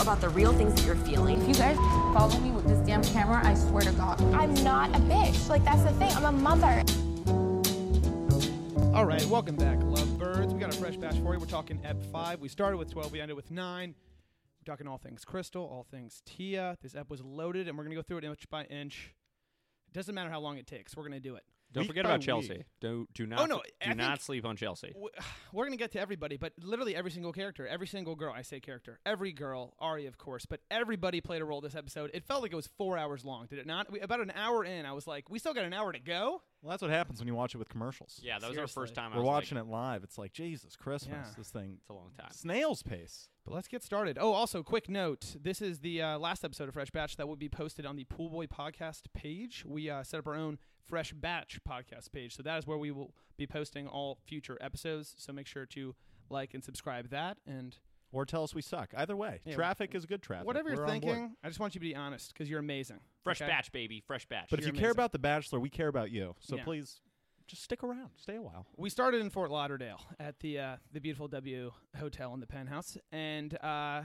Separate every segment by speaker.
Speaker 1: about the real things that you're feeling.
Speaker 2: If you guys follow me with this damn camera, I swear to God.
Speaker 3: I'm not a bitch. Like, that's the thing. I'm a mother.
Speaker 4: All right, welcome back, lovebirds. We got a fresh batch for you. We're talking Ep 5. We started with 12, we ended with 9. We're talking all things Crystal, all things Tia. This Ep was loaded, and we're going to go through it inch by inch. It doesn't matter how long it takes, we're going to do it.
Speaker 5: Don't
Speaker 6: Week
Speaker 5: forget
Speaker 6: by
Speaker 5: about
Speaker 6: week.
Speaker 5: Chelsea. Do do not
Speaker 4: Oh, no, I
Speaker 5: do not
Speaker 4: think-
Speaker 5: sleep on Chelsea.
Speaker 4: W- We're going to get to everybody, but literally every single character, every single girl, I say character, every girl, Ari, of course, but everybody played a role this episode. It felt like it was four hours long, did it not? We, about an hour in, I was like, we still got an hour to go?
Speaker 6: Well, that's what happens when you watch it with commercials.
Speaker 5: Yeah, that was our
Speaker 4: Seriously.
Speaker 5: first time. I
Speaker 6: We're
Speaker 5: was
Speaker 6: watching
Speaker 5: like,
Speaker 6: it live. It's like Jesus Christmas.
Speaker 4: Yeah.
Speaker 6: This thing,
Speaker 5: It's a long time.
Speaker 6: snail's pace.
Speaker 4: But let's get started. Oh, also, quick note: this is the uh, last episode of Fresh Batch that will be posted on the Pool Boy Podcast page. We uh, set up our own Fresh Batch Podcast page, so that is where we will be posting all future episodes. So make sure to like and subscribe that, and
Speaker 6: Or tell us we suck. Either way,
Speaker 4: Yeah,
Speaker 6: traffic is good traffic.
Speaker 4: whatever
Speaker 6: We're
Speaker 4: you're
Speaker 6: on board.
Speaker 4: thinking. I just want you to be honest because you're amazing.
Speaker 5: Fresh
Speaker 4: okay?
Speaker 5: batch, baby. Fresh batch.
Speaker 6: But if you
Speaker 4: You're
Speaker 6: care
Speaker 4: amazing.
Speaker 6: about The Bachelor, we care about you. So
Speaker 4: Yeah.
Speaker 6: please just stick around. Stay a while.
Speaker 4: We started in Fort Lauderdale at the uh, the beautiful W Hotel in the Penthouse, and uh,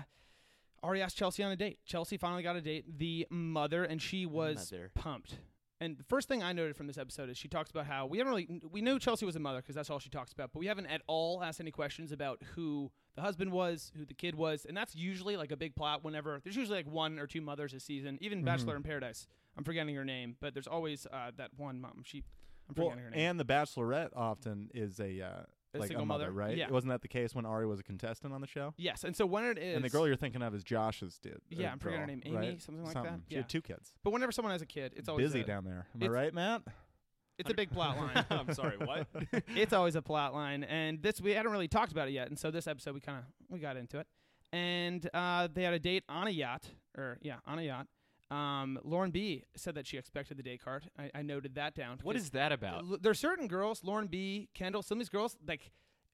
Speaker 4: Ari asked Chelsea on a date. Chelsea finally got a date. The mother, and she was
Speaker 5: mother.
Speaker 4: pumped. And the first thing I noted from this episode is she talks about how we haven't really we knew Chelsea was a mother because that's all she talks about, but we haven't at all asked any questions about who the husband was, who the kid was, and that's usually like a big plot. Whenever there's usually like one or two mothers a season, even Bachelor in Paradise. I'm forgetting her name, but there's always uh, that one mom. She, I'm
Speaker 6: Well,
Speaker 4: forgetting her name.
Speaker 6: and The Bachelorette often is a uh, like
Speaker 4: single
Speaker 6: a mother,
Speaker 4: mother?
Speaker 6: right?
Speaker 4: Yeah.
Speaker 6: Wasn't that the case when Ari was a contestant on the show?
Speaker 4: yes, and so when it is
Speaker 6: And the girl you're thinking of is Josh's did.
Speaker 4: Yeah, I'm forgetting her name. Amy,
Speaker 6: right?
Speaker 4: something like that?
Speaker 6: She
Speaker 4: Yeah.
Speaker 6: had two kids.
Speaker 4: But whenever someone has a kid, it's always
Speaker 6: Busy
Speaker 4: a,
Speaker 6: down there. Am I
Speaker 4: it's-
Speaker 6: right, Matt?
Speaker 4: It's a big plot line.
Speaker 5: I'm sorry. What?
Speaker 4: it's always a plot line, and this we hadn't really talked about it yet, and so this episode we kind of we got into it, and uh, they had a date on a yacht, or yeah, on a yacht. Um, Lauren B said that she expected the day card. I, I noted that down.
Speaker 5: what
Speaker 4: because-
Speaker 5: is that about?
Speaker 4: L- there's certain girls, Lauren B, Kendall, some of these girls, like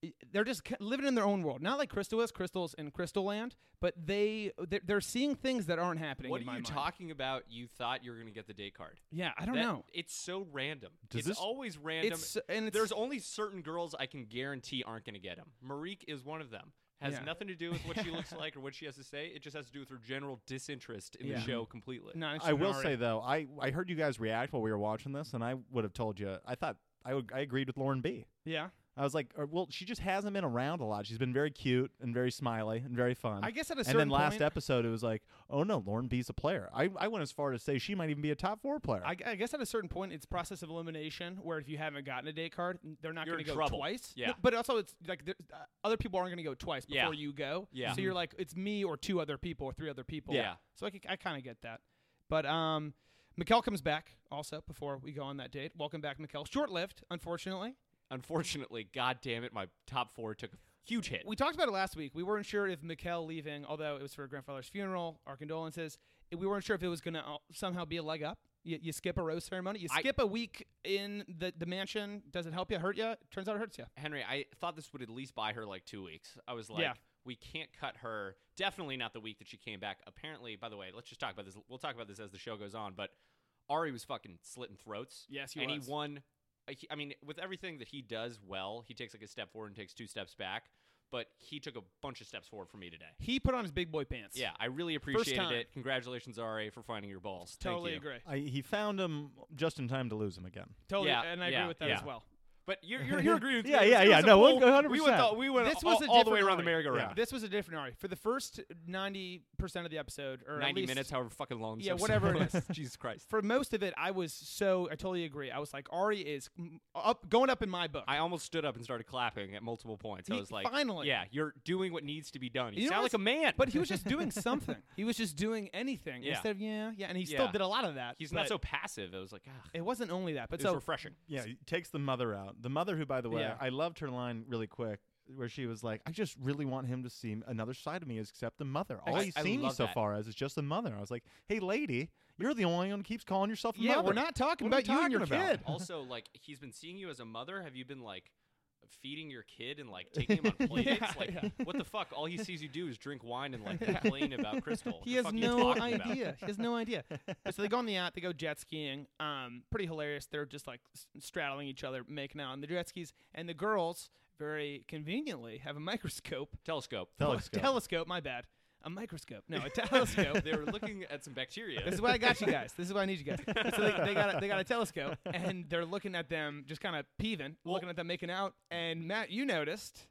Speaker 4: i- they're just ki- living in their own world. Not like Crystal is, Crystal's in Crystal Land, but they they're, they're seeing things that aren't happening.
Speaker 5: What
Speaker 4: in
Speaker 5: are you
Speaker 4: my mind.
Speaker 5: talking about? You thought you were going to get the date card.
Speaker 4: Yeah, I don't
Speaker 5: That-
Speaker 4: know.
Speaker 5: It's so random.
Speaker 6: Does
Speaker 5: it's
Speaker 6: this-
Speaker 5: always random.
Speaker 4: It's and it's,
Speaker 5: There's only certain girls I can guarantee aren't going to get them. Marique is one of them. Has
Speaker 4: Yeah.
Speaker 5: nothing to do with what she looks like or what she has to say. It just has to do with her general disinterest in
Speaker 4: Yeah.
Speaker 5: the show completely.
Speaker 4: not
Speaker 6: I
Speaker 4: interested in
Speaker 6: will
Speaker 4: Ari.
Speaker 6: say though, I I heard you guys react while we were watching this, and I would have told you. I thought I would, I agreed with Lauren B.
Speaker 4: yeah.
Speaker 6: I was like, uh, well, she just hasn't been around a lot. She's been very cute and very smiley and very fun.
Speaker 4: I guess at a
Speaker 6: and
Speaker 4: certain
Speaker 6: then last
Speaker 4: point-
Speaker 6: episode, it was like, oh no, Lauren B's a player. I, I went as far to say she might even be a top four player.
Speaker 4: I, I guess at a certain point, it's process of elimination where if you haven't gotten a date card, n- they're not
Speaker 5: You're
Speaker 4: going to
Speaker 5: in
Speaker 4: go
Speaker 5: trouble.
Speaker 4: twice.
Speaker 5: Yeah.
Speaker 4: No, but also, it's like there- uh, other people aren't going to go twice
Speaker 5: Yeah.
Speaker 4: before you go.
Speaker 5: Yeah.
Speaker 4: So you're like, it's me or two other people or three other people.
Speaker 5: Yeah.
Speaker 4: So I, c- I kind of get that. But um, Mikkel comes back also before we go on that date. Welcome back, Mikkel. Short lived, unfortunately.
Speaker 5: Unfortunately, god damn it, my top four took a huge hit.
Speaker 4: We talked about it last week. We weren't sure if Mikkel leaving, although it was for her grandfather's funeral, our condolences, i- we weren't sure if it was going to somehow be a leg up. You, you skip a rose ceremony. You
Speaker 5: I-
Speaker 4: skip a week in the, the mansion. Does it help you? Hurt you? Turns out it hurts you.
Speaker 5: Henry, I thought this would at least buy her like two weeks. I was like,
Speaker 4: Yeah.
Speaker 5: we can't cut her. Definitely not the week that she came back. Apparently, by the way, let's just talk about this. We'll talk about this as the show goes on. But Ari was fucking slitting throats.
Speaker 4: Yes, he
Speaker 5: and
Speaker 4: was.
Speaker 5: he won. I- he- I mean, with everything that he does well, he takes like a step forward and takes two steps back. But he took a bunch of steps forward for me today.
Speaker 4: He put on his big boy pants.
Speaker 5: Yeah, I really appreciated
Speaker 4: time.
Speaker 5: it. Congratulations, Ari, for finding your balls. Thank
Speaker 4: Totally
Speaker 5: you.
Speaker 4: agree.
Speaker 6: I, he found him just in time to lose him again.
Speaker 4: Totally.
Speaker 5: Yeah,
Speaker 4: and I agree
Speaker 5: yeah,
Speaker 4: with that
Speaker 5: yeah.
Speaker 4: as well.
Speaker 5: But you're, you're, you're agreeing with
Speaker 6: Yeah,
Speaker 5: me.
Speaker 6: yeah,
Speaker 5: It
Speaker 6: yeah.
Speaker 5: was a
Speaker 6: No,
Speaker 5: poll.
Speaker 6: we're- 100%.
Speaker 5: We went, the, we went
Speaker 4: This
Speaker 5: all,
Speaker 4: was a
Speaker 5: all the way
Speaker 4: different
Speaker 5: around the
Speaker 4: Ari.
Speaker 5: merry-go-round.
Speaker 4: This was a different Ari. For the first 90% of the episode, or at
Speaker 5: 90
Speaker 4: least-
Speaker 5: minutes, however fucking long. this
Speaker 4: Yeah,
Speaker 5: episode
Speaker 4: whatever it
Speaker 5: was.
Speaker 4: is.
Speaker 5: Jesus Christ.
Speaker 4: For most of it, I was so, I totally agree. I was like, Ari is mm, up, going up in my book.
Speaker 5: I almost stood up and started clapping at multiple points. I
Speaker 4: He-
Speaker 5: was like,
Speaker 4: finally.
Speaker 5: yeah, you're doing what needs to be done. You,
Speaker 4: You know
Speaker 5: sound
Speaker 4: what's-
Speaker 5: like a man."
Speaker 4: But he was just doing something. He was just doing anything
Speaker 5: Yeah.
Speaker 4: instead of yeah, yeah. And he still
Speaker 5: Yeah.
Speaker 4: did a lot of that.
Speaker 5: he's not
Speaker 4: but
Speaker 5: so passive. It was like, ah,
Speaker 4: It wasn't only that, but
Speaker 5: it's
Speaker 4: so
Speaker 5: refreshing.
Speaker 6: Yeah, he takes the mother out. The mother, who by the way,
Speaker 4: Yeah.
Speaker 6: I loved her line really quick, where she was like, "I just really want him to see another side of me, except the mother. All
Speaker 5: I-
Speaker 6: he's
Speaker 5: I
Speaker 6: seen me
Speaker 5: love
Speaker 6: so
Speaker 5: that.
Speaker 6: far as is just the mother." I was like, "Hey, lady, you're the only one who keeps calling yourself a
Speaker 4: yeah,
Speaker 6: mother."
Speaker 4: we're not talking
Speaker 6: What are
Speaker 4: about
Speaker 6: we
Speaker 4: you and your
Speaker 6: talking about?
Speaker 4: kid.
Speaker 5: also, like, he's been seeing you as a mother. Have you been like feeding your kid and like taking him on play dates? Like, what the fuck? All he sees you do is drink wine and like complain about Crystal. What
Speaker 4: He
Speaker 5: the
Speaker 4: has
Speaker 5: fuck are you
Speaker 4: no
Speaker 5: talking about?
Speaker 4: idea. He has no idea. so they go on the yacht. They go jet skiing. Um, pretty hilarious. They're just like s- straddling each other, making out on the jet skis. And the girls, very conveniently, have a microscope,
Speaker 5: Telescope.
Speaker 6: Telescope.
Speaker 4: telescope. My bad. a microscope. No, a telescope.
Speaker 5: they were looking at some bacteria.
Speaker 4: This is why I got you guys. This is why I need you guys. So they, they got a, they got a telescope and they're looking at them, just kind of peeving, looking at them making out. And Matt, you noticed.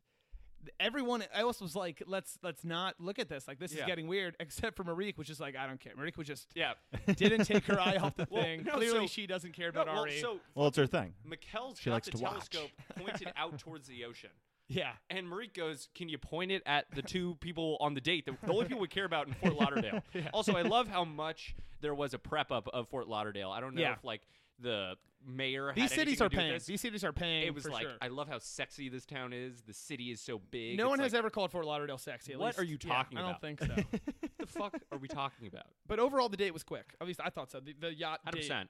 Speaker 4: Everyone else was like, "Let's let's not look at this. Like this is
Speaker 5: Yeah.
Speaker 4: getting weird." Except for Marique, which is like, "I don't care." Marique was just
Speaker 5: yeah.
Speaker 4: didn't take her eye off the
Speaker 5: Well,
Speaker 4: thing.
Speaker 5: no,
Speaker 4: Clearly,
Speaker 5: so-
Speaker 4: she doesn't care
Speaker 5: No,
Speaker 4: about
Speaker 5: well,
Speaker 4: Ari.
Speaker 5: so
Speaker 6: Well, it's her thing.
Speaker 5: Mikkel's
Speaker 6: She
Speaker 5: got
Speaker 6: likes
Speaker 5: the
Speaker 6: to watch.
Speaker 5: telescope pointed out towards the ocean.
Speaker 4: yeah,
Speaker 5: And Marique goes, Can you point it at the two people on the date? The, the only people we care about in Fort Lauderdale. Also, I love how much there was a prep up of Fort Lauderdale. I don't know
Speaker 4: Yeah.
Speaker 5: if, like, the mayor
Speaker 4: these
Speaker 5: had anything
Speaker 4: cities
Speaker 5: to
Speaker 4: are
Speaker 5: do with
Speaker 4: paying.
Speaker 5: this.
Speaker 4: These cities are paying.
Speaker 5: It was
Speaker 4: for
Speaker 5: like,
Speaker 4: sure.
Speaker 5: I love how sexy this town is. The city is so big.
Speaker 4: no
Speaker 5: It's
Speaker 4: one has
Speaker 5: like,
Speaker 4: ever called Fort Lauderdale sexy. at
Speaker 5: What are
Speaker 4: least-
Speaker 5: you
Speaker 4: yeah,
Speaker 5: talking
Speaker 4: I don't
Speaker 5: about?
Speaker 4: think so.
Speaker 5: What the fuck are we talking about?
Speaker 4: But overall, the date was quick. At least I thought so. The, the yacht date,
Speaker 5: 100%.
Speaker 4: it,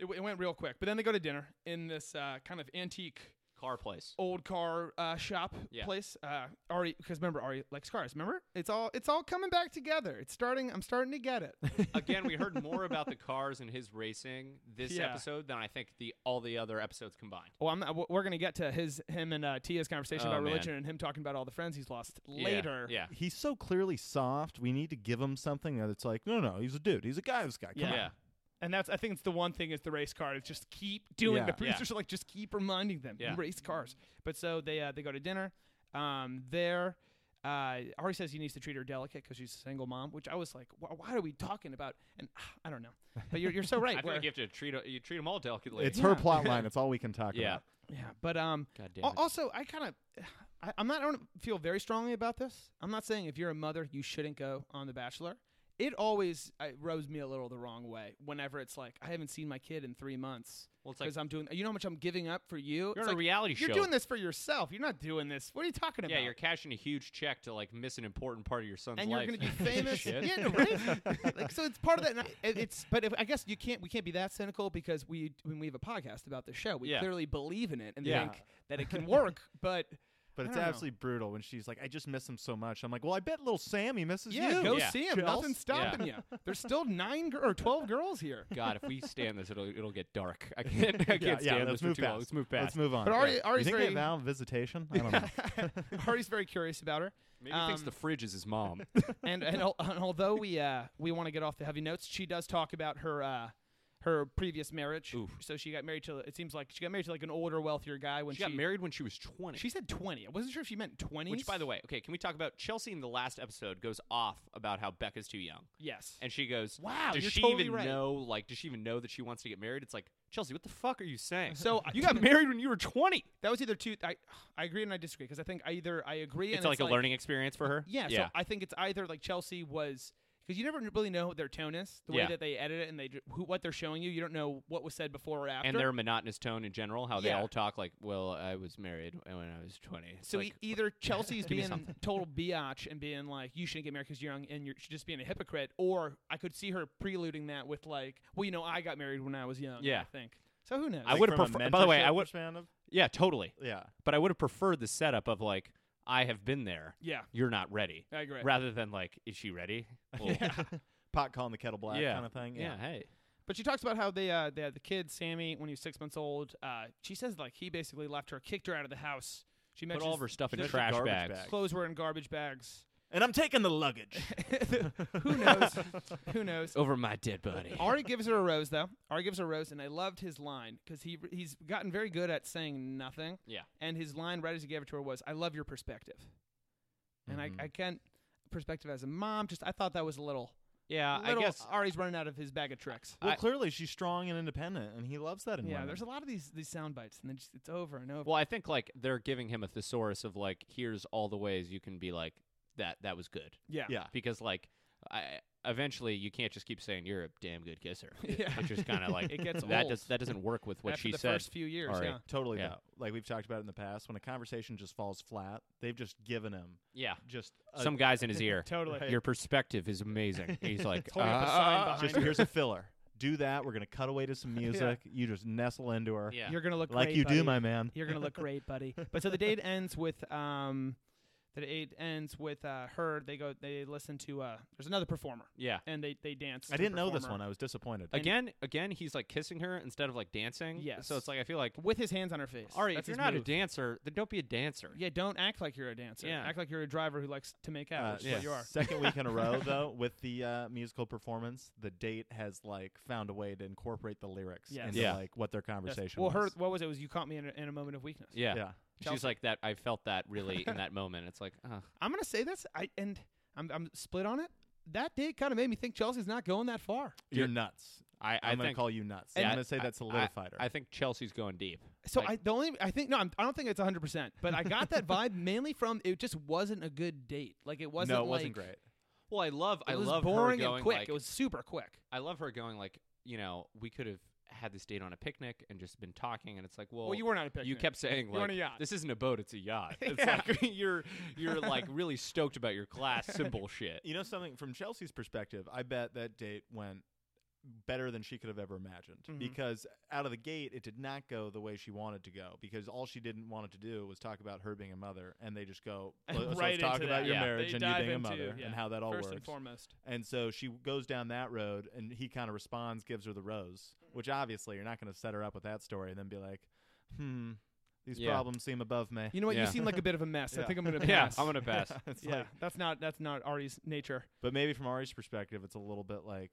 Speaker 4: w- it went real quick. But then they go to dinner in this uh, kind of antique
Speaker 5: Car place.
Speaker 4: old car uh, shop
Speaker 5: Yeah.
Speaker 4: place. Uh, Ari, because remember Ari likes cars. Remember, it's all it's all coming back together. It's starting. I'm starting to get it.
Speaker 5: Again, we heard more about the cars and his racing this
Speaker 4: Yeah.
Speaker 5: episode than I think the all the other episodes combined.
Speaker 4: well, I'm not, w- we're gonna get to his him and uh, Tia's conversation
Speaker 5: Oh,
Speaker 4: about
Speaker 5: man.
Speaker 4: religion and him talking about all the friends he's lost
Speaker 5: Yeah,
Speaker 4: later.
Speaker 5: Yeah.
Speaker 6: He's so clearly soft. We need to give him something that it's like, no, no, he's a dude. He's a guy. This guy. Come
Speaker 4: Yeah.
Speaker 6: on.
Speaker 5: yeah.
Speaker 4: And that's I think it's the one thing is the race car. It's just keep doing.
Speaker 6: Yeah.
Speaker 4: The
Speaker 6: Yeah.
Speaker 4: producers are like just keep reminding them
Speaker 5: Yeah.
Speaker 4: race cars. But so they uh, they go to dinner. Um, there, uh, Ari says he needs to treat her delicate because she's a single mom. Which I was like, why, why are we talking about? And ah, I don't know. But you're you're so right.
Speaker 5: I feel
Speaker 4: where-
Speaker 5: like you have to treat you treat them all delicately.
Speaker 6: It's
Speaker 4: Yeah.
Speaker 6: her plot line. It's all we can talk
Speaker 5: Yeah.
Speaker 6: about.
Speaker 4: yeah. But um,
Speaker 5: God
Speaker 4: Al-
Speaker 5: damn it.
Speaker 4: Also, I kind of, I, I'm not. I don't feel very strongly about this. I'm not saying if you're a mother, you shouldn't go on The Bachelor. It always uh rubs me a little the wrong way whenever it's like I haven't seen my kid in three months
Speaker 5: Well, it's like-
Speaker 4: because I'm doing. You know how much I'm giving up for you.
Speaker 5: You're
Speaker 4: It's
Speaker 5: on a
Speaker 4: like,
Speaker 5: reality
Speaker 4: You're
Speaker 5: show.
Speaker 4: doing this for yourself. You're not doing this. What are you talking about?
Speaker 5: Yeah, you're cashing a huge check to like miss an important part of your son's
Speaker 4: and you're
Speaker 5: life.
Speaker 4: going to be famous.
Speaker 5: Shit.
Speaker 4: yeah, no, right? like, so it's part of that. and I- it- it's but if, I guess you can't. We can't be that cynical because we when we have a podcast about the show, we
Speaker 5: Yeah.
Speaker 4: clearly believe in it and
Speaker 5: Yeah.
Speaker 4: think that it can work. But
Speaker 6: But
Speaker 4: I
Speaker 6: it's
Speaker 4: don't know.
Speaker 6: absolutely brutal when she's like, I just miss him so much. I'm like, well, I bet little Sammy misses
Speaker 4: Yeah,
Speaker 6: you.
Speaker 4: go
Speaker 5: Yeah.
Speaker 4: see him.
Speaker 6: Chels.
Speaker 4: Nothing's stopping you. There's still nine gir- or twelve girls here.
Speaker 5: God, if we stand this, it'll it'll get dark. I can't I can't
Speaker 6: Yeah, yeah,
Speaker 5: stand this
Speaker 6: let's
Speaker 5: for
Speaker 6: move
Speaker 5: too
Speaker 6: past.
Speaker 5: long. Let's move past.
Speaker 6: Let's move on.
Speaker 4: But Ari-
Speaker 6: Yeah.
Speaker 4: Ari's
Speaker 6: you think they
Speaker 4: very-
Speaker 6: found visitation? I don't know.
Speaker 4: Hardy's very curious about her,
Speaker 5: Maybe he thinks
Speaker 4: Um,
Speaker 5: the fridge is his mom.
Speaker 4: and and, al- and although we uh, we want to get off the heavy notes, she does talk about her uh, her previous marriage.
Speaker 5: Oof.
Speaker 4: So she got married to it seems like she got married to like an older, wealthier guy when
Speaker 5: she got married when she was 20.
Speaker 4: She said twenty. I wasn't sure if she meant twenty.
Speaker 5: which, by the way, okay, can we talk about Chelsea in the last episode goes off about how Becca's too young,
Speaker 4: yes.
Speaker 5: and she goes,
Speaker 4: Wow,
Speaker 5: does
Speaker 4: you're
Speaker 5: she
Speaker 4: totally
Speaker 5: even
Speaker 4: right."
Speaker 5: know? Like, does she even know that she wants to get married? It's like Chelsea, what the fuck are you saying?
Speaker 4: So I-
Speaker 5: you got married when you were 20.
Speaker 4: that was either two. I I agree and I disagree because I think I either I agree and
Speaker 5: It's like a learning experience for her.
Speaker 4: Yeah, so I think it's either like Chelsea was because you never really know what their tone is, the way
Speaker 5: Yeah.
Speaker 4: that they edit it, and they dr- who, what they're showing you. You don't know what was said before or after.
Speaker 5: and their monotonous tone in general, how they
Speaker 4: Yeah.
Speaker 5: all talk like, "Well, I was married when I was 20. It's
Speaker 4: so
Speaker 5: like,
Speaker 4: e- either Chelsea's
Speaker 5: Give me
Speaker 4: being
Speaker 5: something.
Speaker 4: total biatch and being like, "You shouldn't get married because you're young," and you're she's just being a hypocrite, or I could see her preluding that with like, "Well, you know, I got married when I was young."
Speaker 5: Yeah.
Speaker 4: I think so. Who knows?
Speaker 5: I would- would've
Speaker 6: From a
Speaker 5: prefer- by the way, I
Speaker 6: mentorship
Speaker 5: would-
Speaker 6: perspective,
Speaker 5: yeah, totally.
Speaker 6: Yeah.
Speaker 5: But I would have preferred the setup of like, "I have been there.
Speaker 4: Yeah,
Speaker 5: You're not ready,"
Speaker 4: I agree.
Speaker 5: rather than like, "Is she ready?" Well, yeah.
Speaker 6: Pot calling the kettle black
Speaker 5: Yeah.
Speaker 6: kind of thing.
Speaker 5: Hey.
Speaker 4: But she talks about how they uh, they had the kid Sammy when he was six months old. Uh, she says like he basically left her, kicked her out of the house. She
Speaker 5: Put
Speaker 4: mentions
Speaker 5: all of her stuff in
Speaker 6: Just a
Speaker 5: trash
Speaker 6: garbage
Speaker 5: bags.
Speaker 6: bag.
Speaker 4: clothes were in garbage bags.
Speaker 6: And I'm taking the luggage.
Speaker 4: Who knows? Who knows?
Speaker 5: over my dead body.
Speaker 4: Ari gives her a rose though. Ari gives her a rose, and I loved his line because he he's gotten very good at saying nothing.
Speaker 5: Yeah.
Speaker 4: And his line right as he gave it to her was, "I love your perspective," and
Speaker 6: Mhm.
Speaker 5: Mm-hmm.
Speaker 4: I I can't perspective as a mom. Just I thought that was a little.
Speaker 5: Yeah, Uh, I
Speaker 4: little- uh,
Speaker 5: guess.
Speaker 4: Ari's running out of his bag of tricks.
Speaker 6: well,
Speaker 5: I-
Speaker 6: clearly she's strong and independent, and he loves that in
Speaker 4: yeah,
Speaker 6: women.
Speaker 4: there's a lot of these these sound bites, and then just, it's over and over.
Speaker 5: Well, I think like they're giving him a thesaurus of like, here's all the ways you can be like that. That was good
Speaker 6: yeah.
Speaker 5: because like, I eventually you can't just keep saying you're a damn good kisser.
Speaker 4: Yeah.
Speaker 5: It's just kind of like
Speaker 4: It gets
Speaker 5: that.
Speaker 4: old.
Speaker 5: Does, that doesn't work with what
Speaker 4: After
Speaker 5: she
Speaker 4: the
Speaker 5: said.
Speaker 4: first few years,
Speaker 5: Ari.
Speaker 4: yeah.
Speaker 6: Totally
Speaker 5: Yeah.
Speaker 6: though. Like we've talked about in the past, when a conversation just falls flat, they've just given him
Speaker 5: yeah,
Speaker 6: just a,
Speaker 5: some guys in his ear.
Speaker 4: Totally.
Speaker 5: Your perspective is amazing. He's like,
Speaker 4: holding up a sign
Speaker 5: "Ah."
Speaker 4: behind
Speaker 6: just
Speaker 4: her.
Speaker 6: here's a filler. Do that. We're gonna cut away to some music. You just nestle into her,
Speaker 5: yeah.
Speaker 4: You're gonna look
Speaker 6: like
Speaker 4: great,
Speaker 6: you do,
Speaker 4: buddy.
Speaker 6: my man.
Speaker 4: You're gonna look great, buddy. But so the date ends with um, that it ends with uh, her. They go. They listen to. Uh, there's another performer,
Speaker 5: Yeah.
Speaker 4: and they they dance.
Speaker 6: I
Speaker 4: to
Speaker 6: didn't know this one.
Speaker 4: performer
Speaker 6: I was disappointed.
Speaker 5: Again, again, he's like kissing her instead of like dancing.
Speaker 4: Yes.
Speaker 5: So it's like I feel like,
Speaker 4: with his hands on her face.
Speaker 5: all right,
Speaker 4: That's
Speaker 5: if you're
Speaker 4: his
Speaker 5: not a
Speaker 4: move.
Speaker 5: dancer, then don't be a dancer.
Speaker 4: yeah, don't act like you're a dancer.
Speaker 5: Yeah.
Speaker 4: act like you're a driver who likes to make out.
Speaker 6: Uh,
Speaker 4: which is
Speaker 6: yeah.
Speaker 4: what you are.
Speaker 6: Second week in a row, though, with the uh, musical performance, the date has like found a way to incorporate the lyrics
Speaker 4: Yes.
Speaker 6: into
Speaker 5: Yeah.
Speaker 6: like what their
Speaker 4: Yes.
Speaker 6: conversation.
Speaker 4: Well, her
Speaker 6: was.
Speaker 4: what was it? It Was you caught me in a, in a moment of weakness?
Speaker 5: Yeah.
Speaker 6: yeah.
Speaker 5: She's like that. I felt that really in that moment. It's like, uh,
Speaker 4: I'm gonna say this. I and I'm I'm split on it. That date kind of made me think Chelsea's not going that far.
Speaker 6: You're nuts.
Speaker 5: I, I
Speaker 6: I'm gonna
Speaker 5: think
Speaker 6: call you nuts. I'm
Speaker 5: Yeah,
Speaker 6: gonna say
Speaker 5: I-
Speaker 6: that solidified her.
Speaker 5: I think Chelsea's going deep.
Speaker 4: So
Speaker 5: Like-
Speaker 4: I the only I think no I'm, I don't think it's 100 percent, but I got that vibe mainly from it just wasn't a good date. Like it wasn't.
Speaker 6: no, it wasn't
Speaker 4: like-
Speaker 6: great.
Speaker 5: Well, I love, I
Speaker 4: It was
Speaker 5: love
Speaker 4: boring
Speaker 5: her going
Speaker 4: and quick.
Speaker 5: like,
Speaker 4: it was super quick.
Speaker 5: I love her going like, you know, we could have had this date on a picnic and just been talking, and it's like, well,
Speaker 4: Well, you weren't on a picnic.
Speaker 5: You kept saying
Speaker 4: were on
Speaker 5: like,
Speaker 4: a yacht.
Speaker 5: this isn't a boat, it's a yacht. It's
Speaker 4: Yeah.
Speaker 5: like you're you're like really stoked about your class symbol shit.
Speaker 6: You know something from Chelsea's perspective, I bet that date went better than she could have ever imagined
Speaker 4: Mm-hmm.
Speaker 6: because out of the gate it did not go the way she wanted to go because all she didn't want it to do was talk about her being a mother and they just go
Speaker 4: And
Speaker 6: let's,
Speaker 4: right
Speaker 6: let's talk
Speaker 4: into
Speaker 6: about
Speaker 4: that.
Speaker 6: your
Speaker 5: Yeah.
Speaker 6: marriage
Speaker 4: They
Speaker 6: and you
Speaker 4: dive
Speaker 6: being a
Speaker 4: into-
Speaker 6: mother
Speaker 4: yeah.
Speaker 6: and how that all
Speaker 4: First
Speaker 6: works
Speaker 4: and foremost.
Speaker 6: And so she goes down that road, and he kind of responds, gives her the rose, which obviously you're not going to set her up with that story and then be like, hmm, these
Speaker 5: Yeah.
Speaker 6: problems seem above me.
Speaker 4: You know what? You
Speaker 5: Yeah.
Speaker 4: seem like a bit of a mess. I
Speaker 6: Yeah.
Speaker 4: think I'm gonna pass.
Speaker 5: Yeah, I'm gonna pass.
Speaker 6: It's
Speaker 4: Yeah,
Speaker 6: like-
Speaker 4: that's not that's not Ari's nature.
Speaker 6: but maybe from Ari's perspective, it's a little bit like,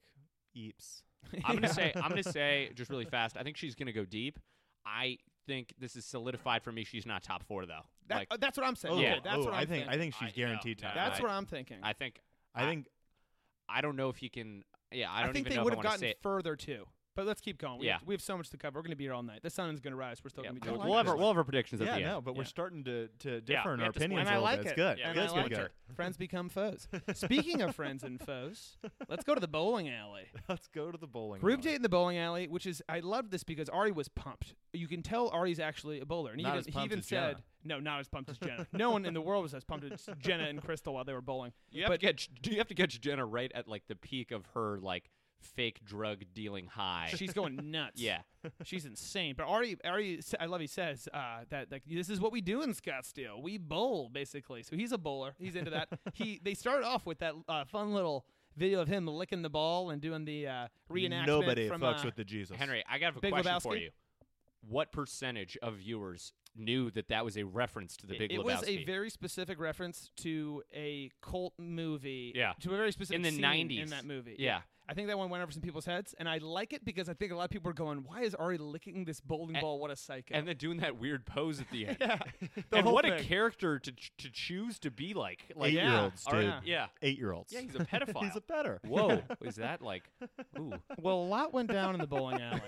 Speaker 6: eeps.
Speaker 5: I'm gonna
Speaker 4: Yeah.
Speaker 5: say I'm gonna say just really fast. I think she's gonna go deep. I think this is solidified for me. She's not top four though.
Speaker 4: That,
Speaker 5: like
Speaker 4: uh, that's what I'm saying.
Speaker 5: Oh,
Speaker 4: Okay,
Speaker 5: yeah.
Speaker 4: that's
Speaker 6: oh,
Speaker 4: what I'm
Speaker 6: I think
Speaker 4: thinking.
Speaker 6: I think
Speaker 5: I-
Speaker 6: she's
Speaker 5: no,
Speaker 6: guaranteed
Speaker 5: no,
Speaker 6: top.
Speaker 4: that's
Speaker 6: five.
Speaker 4: what I'm thinking.
Speaker 5: I think
Speaker 6: I think
Speaker 5: I don't know if you can. Yeah, I don't
Speaker 4: think
Speaker 5: even
Speaker 4: they
Speaker 5: know
Speaker 4: would
Speaker 5: if I
Speaker 4: have gotten
Speaker 5: want to say it.
Speaker 4: further too. But let's keep going. We,
Speaker 5: Yeah.
Speaker 4: have, we have so much to cover. We're gonna be here all night. The sun is gonna rise. We're still
Speaker 5: Yeah,
Speaker 4: gonna be
Speaker 5: we'll,
Speaker 4: talking about
Speaker 5: we'll have our,
Speaker 4: this.
Speaker 5: we'll have our predictions at
Speaker 6: yeah,
Speaker 5: the end.
Speaker 6: no, but we're
Speaker 4: Yeah.
Speaker 6: starting to, to differ in
Speaker 5: we
Speaker 6: our
Speaker 5: have to split
Speaker 4: and
Speaker 6: opinions a
Speaker 4: I
Speaker 6: little
Speaker 4: like
Speaker 6: bit.
Speaker 4: it.
Speaker 6: It's good.
Speaker 5: Yeah,
Speaker 4: And
Speaker 5: we
Speaker 4: I
Speaker 6: It's
Speaker 5: like
Speaker 6: good,
Speaker 5: it.
Speaker 6: good.
Speaker 4: Friends become foes. Speaking of friends and foes, let's go to the bowling alley.
Speaker 6: Let's go to the bowling.
Speaker 4: Group
Speaker 6: alley.
Speaker 4: date in the bowling alley, which is I love this because Ari was pumped. You can tell Ari's actually a bowler, and he
Speaker 6: Not
Speaker 4: even,
Speaker 6: as
Speaker 4: he
Speaker 6: pumped
Speaker 4: even
Speaker 6: as Jenna.
Speaker 4: said, "No, not as pumped as Jenna. no one in the world was as pumped as Jenna and Crystal while they were bowling."
Speaker 5: You have
Speaker 4: but
Speaker 5: to catch. You have to catch Jenna right at like the peak of her like fake drug dealing high.
Speaker 4: she's going nuts.
Speaker 5: yeah,
Speaker 4: she's insane. But Ari, Ari, s- I love he says uh, that like this is what we do in Scottsdale. We bowl basically. So he's a bowler. He's into that. he they started off with that uh, fun little video of him licking the ball and doing the uh, reenactment.
Speaker 6: Nobody
Speaker 4: from,
Speaker 6: fucks
Speaker 4: uh,
Speaker 6: with the Jesus.
Speaker 5: Henry, I got a
Speaker 4: Big
Speaker 5: question for
Speaker 4: Lebowski?
Speaker 5: you. What percentage of viewers knew that that was a reference to the Big
Speaker 4: it
Speaker 5: Lebowski?
Speaker 4: was a very specific reference to a cult movie.
Speaker 5: Yeah.
Speaker 4: To a very specific
Speaker 5: the
Speaker 4: scene
Speaker 5: 90s.
Speaker 4: in that movie.
Speaker 5: Yeah.
Speaker 4: I think that one went over some people's heads, and I like it because I think a lot of people are going, "Why is Ari licking this bowling ball? What a psycho!"
Speaker 5: and then doing that weird pose at the end.
Speaker 4: yeah, the
Speaker 5: and
Speaker 4: whole
Speaker 5: what a
Speaker 4: thing.
Speaker 5: character to ch- to choose to be like. Like
Speaker 4: Yeah.
Speaker 6: Eight-year-olds,
Speaker 4: Ari-
Speaker 6: dude.
Speaker 4: yeah.
Speaker 5: yeah.
Speaker 6: Eight-year-olds.
Speaker 5: Yeah, he's a pedophile.
Speaker 6: he's a better.
Speaker 5: Whoa, is that like ooh.
Speaker 4: Well, a lot went down in the bowling alley.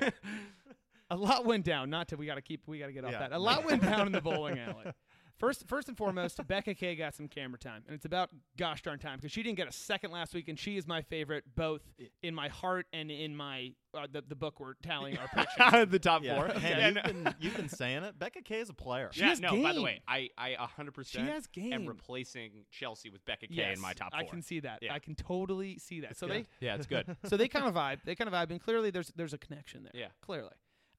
Speaker 4: a lot went down. Not to we got to keep we got to get off
Speaker 6: Yeah.
Speaker 4: that. A lot went down in the bowling alley. First, first and foremost, Becca K got some camera time, and it's about gosh darn time because she didn't get a second last week, and she is my favorite both in my heart and in my uh, the, the book we're tallying our pictures.
Speaker 5: the top
Speaker 6: Yeah.
Speaker 5: four.
Speaker 6: Hen,
Speaker 5: Yeah,
Speaker 6: you've,
Speaker 5: no.
Speaker 4: uh,
Speaker 6: been, you've been saying it. Becca K is a player.
Speaker 4: She
Speaker 5: Yeah,
Speaker 4: has
Speaker 5: no, by the
Speaker 4: game.
Speaker 5: way, I, I 100%
Speaker 4: She has game.
Speaker 5: am replacing Chelsea with Becca K
Speaker 4: Yes,
Speaker 5: in my top four.
Speaker 4: I can see that.
Speaker 5: Yeah.
Speaker 4: I can totally see that. so they
Speaker 5: yeah, it's good.
Speaker 4: so they kind of vibe. They kind of vibe, and clearly there's there's a connection there.
Speaker 5: Yeah.
Speaker 4: clearly.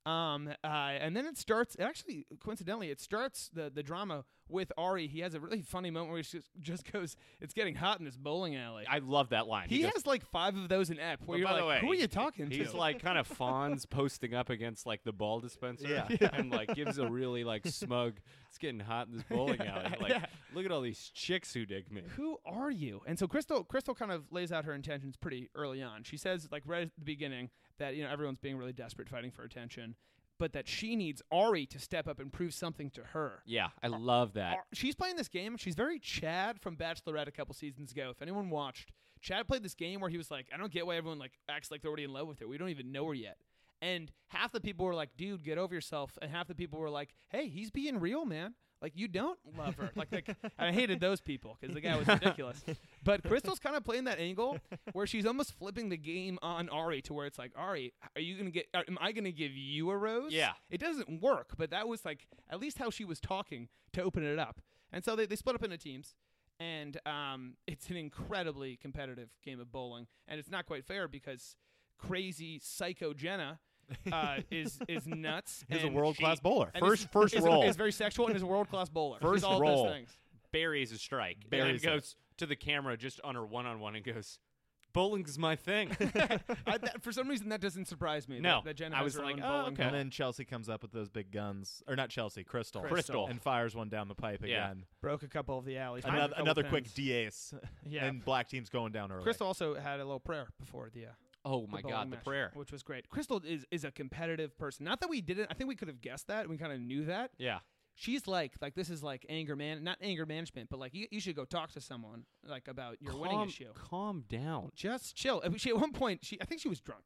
Speaker 4: Um, uh, and then it starts. Actually, coincidentally, it starts the the drama with Ari. He has a really funny moment where he just, just goes, "It's getting hot in this bowling alley."
Speaker 5: I love that line.
Speaker 4: he
Speaker 5: goes,
Speaker 4: has like five of those in ep where
Speaker 5: But
Speaker 4: you're
Speaker 5: by the
Speaker 4: like,
Speaker 5: way,
Speaker 4: "Who are you
Speaker 5: he's-
Speaker 4: talking to?"
Speaker 5: He's like kind of fawns posting up against like the ball dispenser
Speaker 6: Yeah.
Speaker 5: and like gives a really like smug, it's getting hot in this bowling alley. Like, look at all these chicks who dig me.
Speaker 4: who are you? And so Crystal, Crystal kind of lays out her intentions pretty early on. She says, like right at the beginning, that you know everyone's being really desperate, fighting for attention, but that she needs Ari to step up and prove something to her.
Speaker 5: Yeah, I love that.
Speaker 4: Ar- she's playing this game. She's very Chad from Bachelorette a couple seasons ago. If anyone watched, Chad played this game where he was like, "I don't get why everyone like acts like they're already in love with her. We don't even know her yet." And half the people were like, "Dude, get over yourself," and half the people were like, "Hey, he's being real, man. Like you don't love her." Like, like and I hated those people because the guy was ridiculous. But Crystal's kind of playing that angle where she's almost flipping the game on Ari to where it's like, Ari, are you gonna get? Am I gonna give you a rose?
Speaker 5: Yeah.
Speaker 4: It doesn't work, but that was like at least how she was talking to open it up. And so they, they split up into teams. And um, it's an incredibly competitive game of bowling. And it's not quite fair because crazy psycho Jenna uh, is is nuts.
Speaker 6: He's a
Speaker 4: and
Speaker 6: world-class
Speaker 4: she-
Speaker 6: bowler.
Speaker 4: and
Speaker 6: First,
Speaker 4: is-
Speaker 6: first
Speaker 4: is,
Speaker 6: roll.
Speaker 4: Is very sexual and is a world class bowler. She's
Speaker 6: First
Speaker 4: all of
Speaker 6: roll.
Speaker 4: those things.
Speaker 5: buries a strike and
Speaker 6: Buries it.
Speaker 5: then goes to the camera just on her one on one and goes, "Bowling's my thing."
Speaker 4: I, that, for some reason, that doesn't surprise me.
Speaker 5: No,
Speaker 4: that, that Jen
Speaker 5: I
Speaker 4: has
Speaker 5: was
Speaker 4: her
Speaker 5: like,
Speaker 4: own
Speaker 5: oh,
Speaker 4: bowling
Speaker 5: okay.
Speaker 4: ball.
Speaker 6: And then Chelsea comes up with those big guns, or not Chelsea, Crystal,
Speaker 5: Crystal.
Speaker 6: and fires one down the pipe
Speaker 5: Yeah.
Speaker 6: again.
Speaker 4: broke a couple of the alleys. broke a
Speaker 6: Another,
Speaker 4: couple
Speaker 6: another quick
Speaker 4: pins.
Speaker 6: DAce,
Speaker 4: Yeah.
Speaker 6: and black team's going down early.
Speaker 4: Crystal also had a little prayer before the. Uh,
Speaker 5: oh
Speaker 4: the
Speaker 5: my
Speaker 4: bowling
Speaker 5: god, the
Speaker 4: match,
Speaker 5: prayer.
Speaker 4: which was great. Crystal is is a competitive person. Not that we didn't. I think we could have guessed that. We kind of knew that.
Speaker 5: Yeah.
Speaker 4: She's like, like this is like anger man, not anger management, but like you, you should go talk to someone like about your winning
Speaker 5: calm,
Speaker 4: issue.
Speaker 5: Calm down.
Speaker 4: Just chill. I mean, She at one point, she I think she was drunk.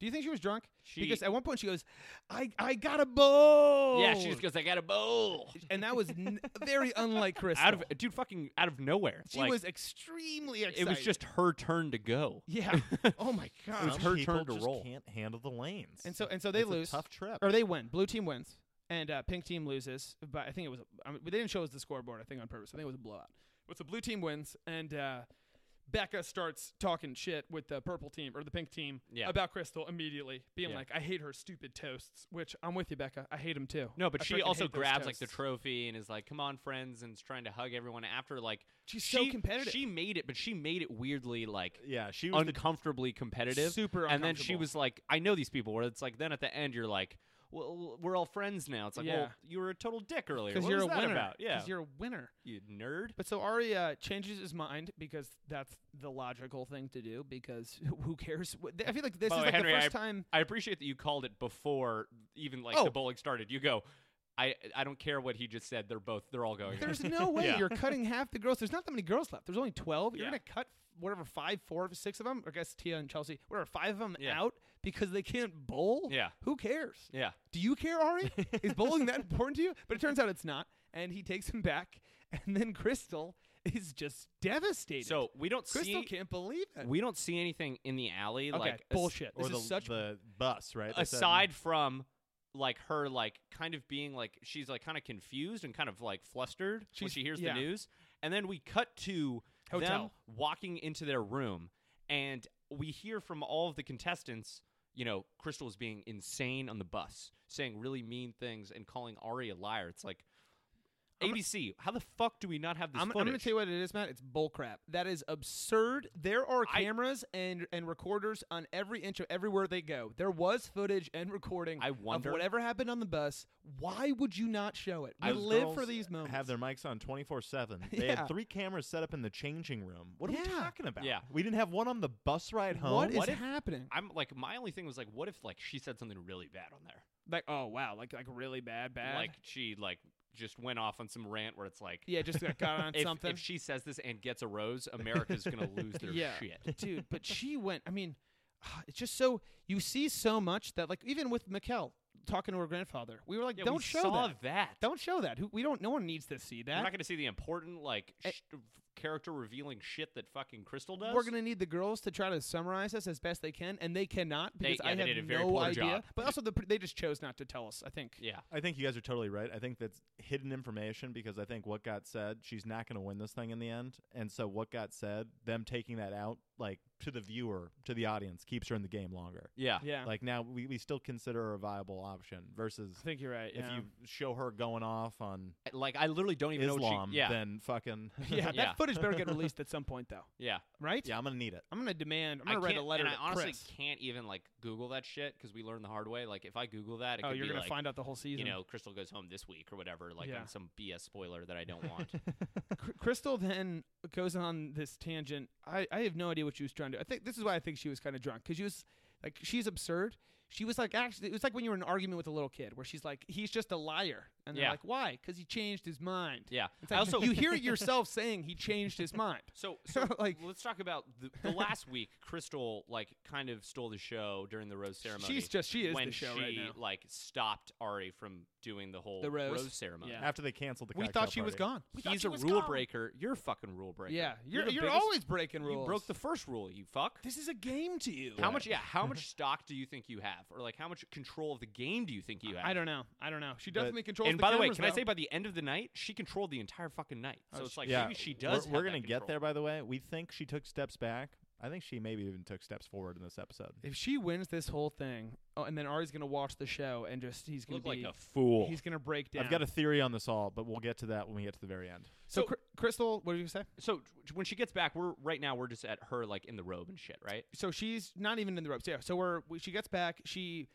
Speaker 4: Do you think she was drunk?
Speaker 5: She
Speaker 4: because at one point she goes, I I got a bowl.
Speaker 5: yeah, she just goes, "I got a bowl."
Speaker 4: and that was n- very unlike Crystal.
Speaker 5: Out of dude, fucking out of nowhere.
Speaker 4: she
Speaker 5: Like,
Speaker 4: was extremely
Speaker 5: It
Speaker 4: excited.
Speaker 5: was just her turn to go.
Speaker 4: yeah. oh my god.
Speaker 5: It was
Speaker 6: Some
Speaker 5: her
Speaker 6: people
Speaker 5: turn to
Speaker 6: just
Speaker 5: roll.
Speaker 6: Can't handle the lanes,
Speaker 4: and so and so they
Speaker 6: It's a
Speaker 4: lose.
Speaker 6: tough trip.
Speaker 4: or they win. Blue team wins, and uh, pink team loses. But I think it was. I mean, they didn't show us the scoreboard. I think on purpose. I think it was a blowout. But so blue team wins, and uh, Becca starts talking shit with the purple team or the pink team
Speaker 5: Yeah.
Speaker 4: about Crystal immediately, being
Speaker 5: Yeah.
Speaker 4: like, "I hate her stupid toasts." Which I'm with you, Becca. I hate them too.
Speaker 5: No, but
Speaker 4: I
Speaker 5: she
Speaker 4: frickin'
Speaker 5: also
Speaker 4: hate those
Speaker 5: grabs like the
Speaker 4: toasts.
Speaker 5: trophy and is like, "Come on, friends," and is trying to hug everyone after like
Speaker 4: She's so
Speaker 5: she-
Speaker 4: competitive.
Speaker 5: She made it, but she made it weirdly like
Speaker 6: yeah, she was the
Speaker 5: uncomfortably competitive.
Speaker 4: Super
Speaker 5: And then she
Speaker 4: uncomfortable.
Speaker 5: was like, "I know these people." Where it's like, then at the end, you're like, "Well, we're all friends now." It's like, "Well,
Speaker 4: Yeah.
Speaker 5: you were a total dick earlier."
Speaker 4: because
Speaker 5: What
Speaker 4: you're
Speaker 5: was
Speaker 4: a
Speaker 5: that
Speaker 4: winner.
Speaker 5: about? Yeah,
Speaker 4: because you're a winner.
Speaker 5: you nerd.
Speaker 4: But so Ari uh, changes his mind because that's the logical thing to do. Because who cares? Wh- I feel like this
Speaker 5: By the
Speaker 4: is
Speaker 5: way,
Speaker 4: like
Speaker 5: Henry,
Speaker 4: the
Speaker 5: I-
Speaker 4: first time.
Speaker 5: I appreciate that you called it before even like
Speaker 4: Oh.
Speaker 5: the bowling started. You go, "I I don't care what he just said. They're both they're all going."
Speaker 4: There's no way
Speaker 5: Yeah.
Speaker 4: you're cutting half the girls. There's not that many girls left. There's only 12. You're
Speaker 5: Yeah.
Speaker 4: going to cut whatever five, four, six of them, or I guess Tia and Chelsea, whatever, five of them
Speaker 5: Yeah.
Speaker 4: out because they can't bowl?
Speaker 5: Yeah.
Speaker 4: Who cares?
Speaker 5: yeah.
Speaker 4: Do you care, Ari? Is bowling that important to you? But it turns out it's not. And he takes him back. And then Crystal is just devastated.
Speaker 5: So we don't
Speaker 4: Crystal
Speaker 5: see
Speaker 4: can't believe it.
Speaker 5: we don't see anything in the alley
Speaker 4: okay,
Speaker 5: like as-
Speaker 4: bullshit.
Speaker 6: or
Speaker 4: this
Speaker 6: the
Speaker 4: is such
Speaker 6: the bus, right? They said-
Speaker 5: aside from like her like kind of being like she's like kind of confused and kind of like flustered when
Speaker 4: She's-
Speaker 5: she hears
Speaker 4: yeah.
Speaker 5: the news and then we cut to them
Speaker 4: Hotel.
Speaker 5: walking into their room and we hear from all of the contestants you know crystal is being insane on the bus saying really mean things and calling ari a liar it's like abc how the fuck do we not have this
Speaker 4: I'm,
Speaker 5: footage
Speaker 4: going to tell you what it is, Matt. It's bull crap. That is absurd. There are
Speaker 5: I-
Speaker 4: cameras and and recorders on every inch of everywhere they go. There was footage and recording
Speaker 5: I wonder-
Speaker 4: of whatever happened on the bus. Why would you not show it? We
Speaker 6: Those
Speaker 4: live
Speaker 6: girls
Speaker 4: for these moments.
Speaker 6: Have their mics on twenty four seven. They
Speaker 4: Yeah.
Speaker 6: had three cameras set up in the changing room. What are we
Speaker 4: Yeah.
Speaker 6: talking about?
Speaker 5: Yeah.
Speaker 6: we didn't have one on the bus ride home.
Speaker 4: What is
Speaker 5: What if-
Speaker 4: happening?
Speaker 5: i'm like my only thing was like what if like she said something really bad on there
Speaker 4: Like oh wow, like like really bad, bad.
Speaker 5: like she like just went off on some rant where it's like
Speaker 4: yeah, just got, got on
Speaker 5: if,
Speaker 4: something.
Speaker 5: if she says this and gets a rose america's gonna lose their
Speaker 4: Yeah.
Speaker 5: shit
Speaker 4: dude. But she went. I mean, it's just so you see so much that like even with Mikkel talking to her grandfather, we were like,
Speaker 5: Yeah,
Speaker 4: don't
Speaker 5: we
Speaker 4: show
Speaker 5: saw
Speaker 4: that.
Speaker 5: that, that.
Speaker 4: Don't show that. Who, we don't. No one needs to see
Speaker 5: we're
Speaker 4: that. Eh.
Speaker 5: not gonna see the important like sh- character revealing shit that fucking crystal does
Speaker 4: We're gonna need the girls to try to summarize this as best they can, and they cannot
Speaker 5: They-
Speaker 4: because
Speaker 5: yeah,
Speaker 4: I
Speaker 5: they
Speaker 4: had
Speaker 5: did a very
Speaker 4: no
Speaker 5: poor
Speaker 4: idea.
Speaker 5: job.
Speaker 4: But also, the, pr- they just chose not to tell us. I think.
Speaker 5: yeah
Speaker 6: I think you guys are totally right. I think that's hidden information because I think what got said, she's not going to win this thing in the end. And so what got said, them taking that out like to the viewer, to the audience keeps her in the game longer.
Speaker 5: yeah
Speaker 4: Yeah.
Speaker 6: Like now we, we still consider her a viable option versus
Speaker 4: I think you're right.
Speaker 6: if you show her going off on
Speaker 5: like i literally don't even know what
Speaker 6: Islam,
Speaker 5: she, yeah
Speaker 6: then fucking
Speaker 4: yeah, that
Speaker 5: Yeah.
Speaker 4: footage better get released at some point, though,
Speaker 5: yeah
Speaker 4: right?
Speaker 6: yeah, I'm going to need it.
Speaker 4: I'm gonna demand. I'm
Speaker 5: I
Speaker 4: gonna write a
Speaker 5: can't-
Speaker 4: letter
Speaker 5: and
Speaker 4: to
Speaker 5: i honestly
Speaker 4: Chris.
Speaker 5: can't even like google that shit because we learned the hard way like if i google that it
Speaker 4: oh,
Speaker 5: could
Speaker 4: you're
Speaker 5: be
Speaker 4: gonna
Speaker 5: like,
Speaker 4: find out the whole
Speaker 5: you
Speaker 4: season.
Speaker 5: know crystal goes home this week or whatever like
Speaker 4: Yeah.
Speaker 5: on some bs spoiler that i don't want
Speaker 4: Cr- Crystal then goes on this tangent. I, I have no idea what she was trying to. I think this is why I think she was kind of drunk because she was like she's absurd. She was like actually it was like when you were in an argument with a little kid where she's like he's just a liar and they're
Speaker 5: Yeah.
Speaker 4: like why because he changed his mind.
Speaker 5: yeah
Speaker 4: It's like,
Speaker 5: i also
Speaker 4: you hear it yourself saying he changed his mind.
Speaker 5: So, so
Speaker 4: Like-
Speaker 5: like, let's talk about the, the last week. Crystal like kind of stole the show during the rose ceremony.
Speaker 4: She's just- she is the
Speaker 5: when
Speaker 4: show
Speaker 5: she
Speaker 4: right now.
Speaker 5: like stopped Ari from doing the whole
Speaker 4: The rose.
Speaker 5: ceremony.
Speaker 4: Yeah.
Speaker 6: After they canceled the
Speaker 4: We
Speaker 6: cocktail
Speaker 4: thought she was
Speaker 6: party.
Speaker 4: gone. We thought
Speaker 5: He's
Speaker 4: she
Speaker 5: a
Speaker 4: was
Speaker 5: rule
Speaker 4: gone.
Speaker 5: breaker. You're a fucking rule breaker.
Speaker 4: Yeah, you're
Speaker 5: the
Speaker 4: you're,
Speaker 5: biggest-
Speaker 4: always breaking rules.
Speaker 5: You broke the first rule. You fuck.
Speaker 4: This is a game to you.
Speaker 5: How much? Yeah. How much stock do you think you have, or like how much control of the game do you think you have?
Speaker 4: I don't know. I don't know. She definitely controls.
Speaker 5: And by the way,
Speaker 4: cameras,
Speaker 5: can I
Speaker 4: though.
Speaker 5: say by the end of the night, she controlled the entire fucking night. So
Speaker 4: Oh,
Speaker 5: it's
Speaker 4: sh-
Speaker 5: like
Speaker 6: yeah.
Speaker 5: maybe she does.
Speaker 6: We're,
Speaker 5: have
Speaker 6: we're
Speaker 5: that
Speaker 6: gonna get
Speaker 5: control.
Speaker 6: there. By the way, we think she took steps back. I think she maybe even took steps forward in this episode.
Speaker 4: If she wins this whole thing, oh, and then Ari's gonna watch the show and just he's gonna
Speaker 5: Look like
Speaker 4: be
Speaker 5: a fool.
Speaker 4: he's gonna break down.
Speaker 6: I've got a theory on this all, but we'll get to that when we get to the very end.
Speaker 4: so,
Speaker 5: So-
Speaker 4: Cr- Crystal, what did you say?
Speaker 5: so t- when she gets back, we're right now we're just at her like in the robe and shit, right?
Speaker 4: so she's not even in the ropes. Yeah. So we're we, she gets back. She,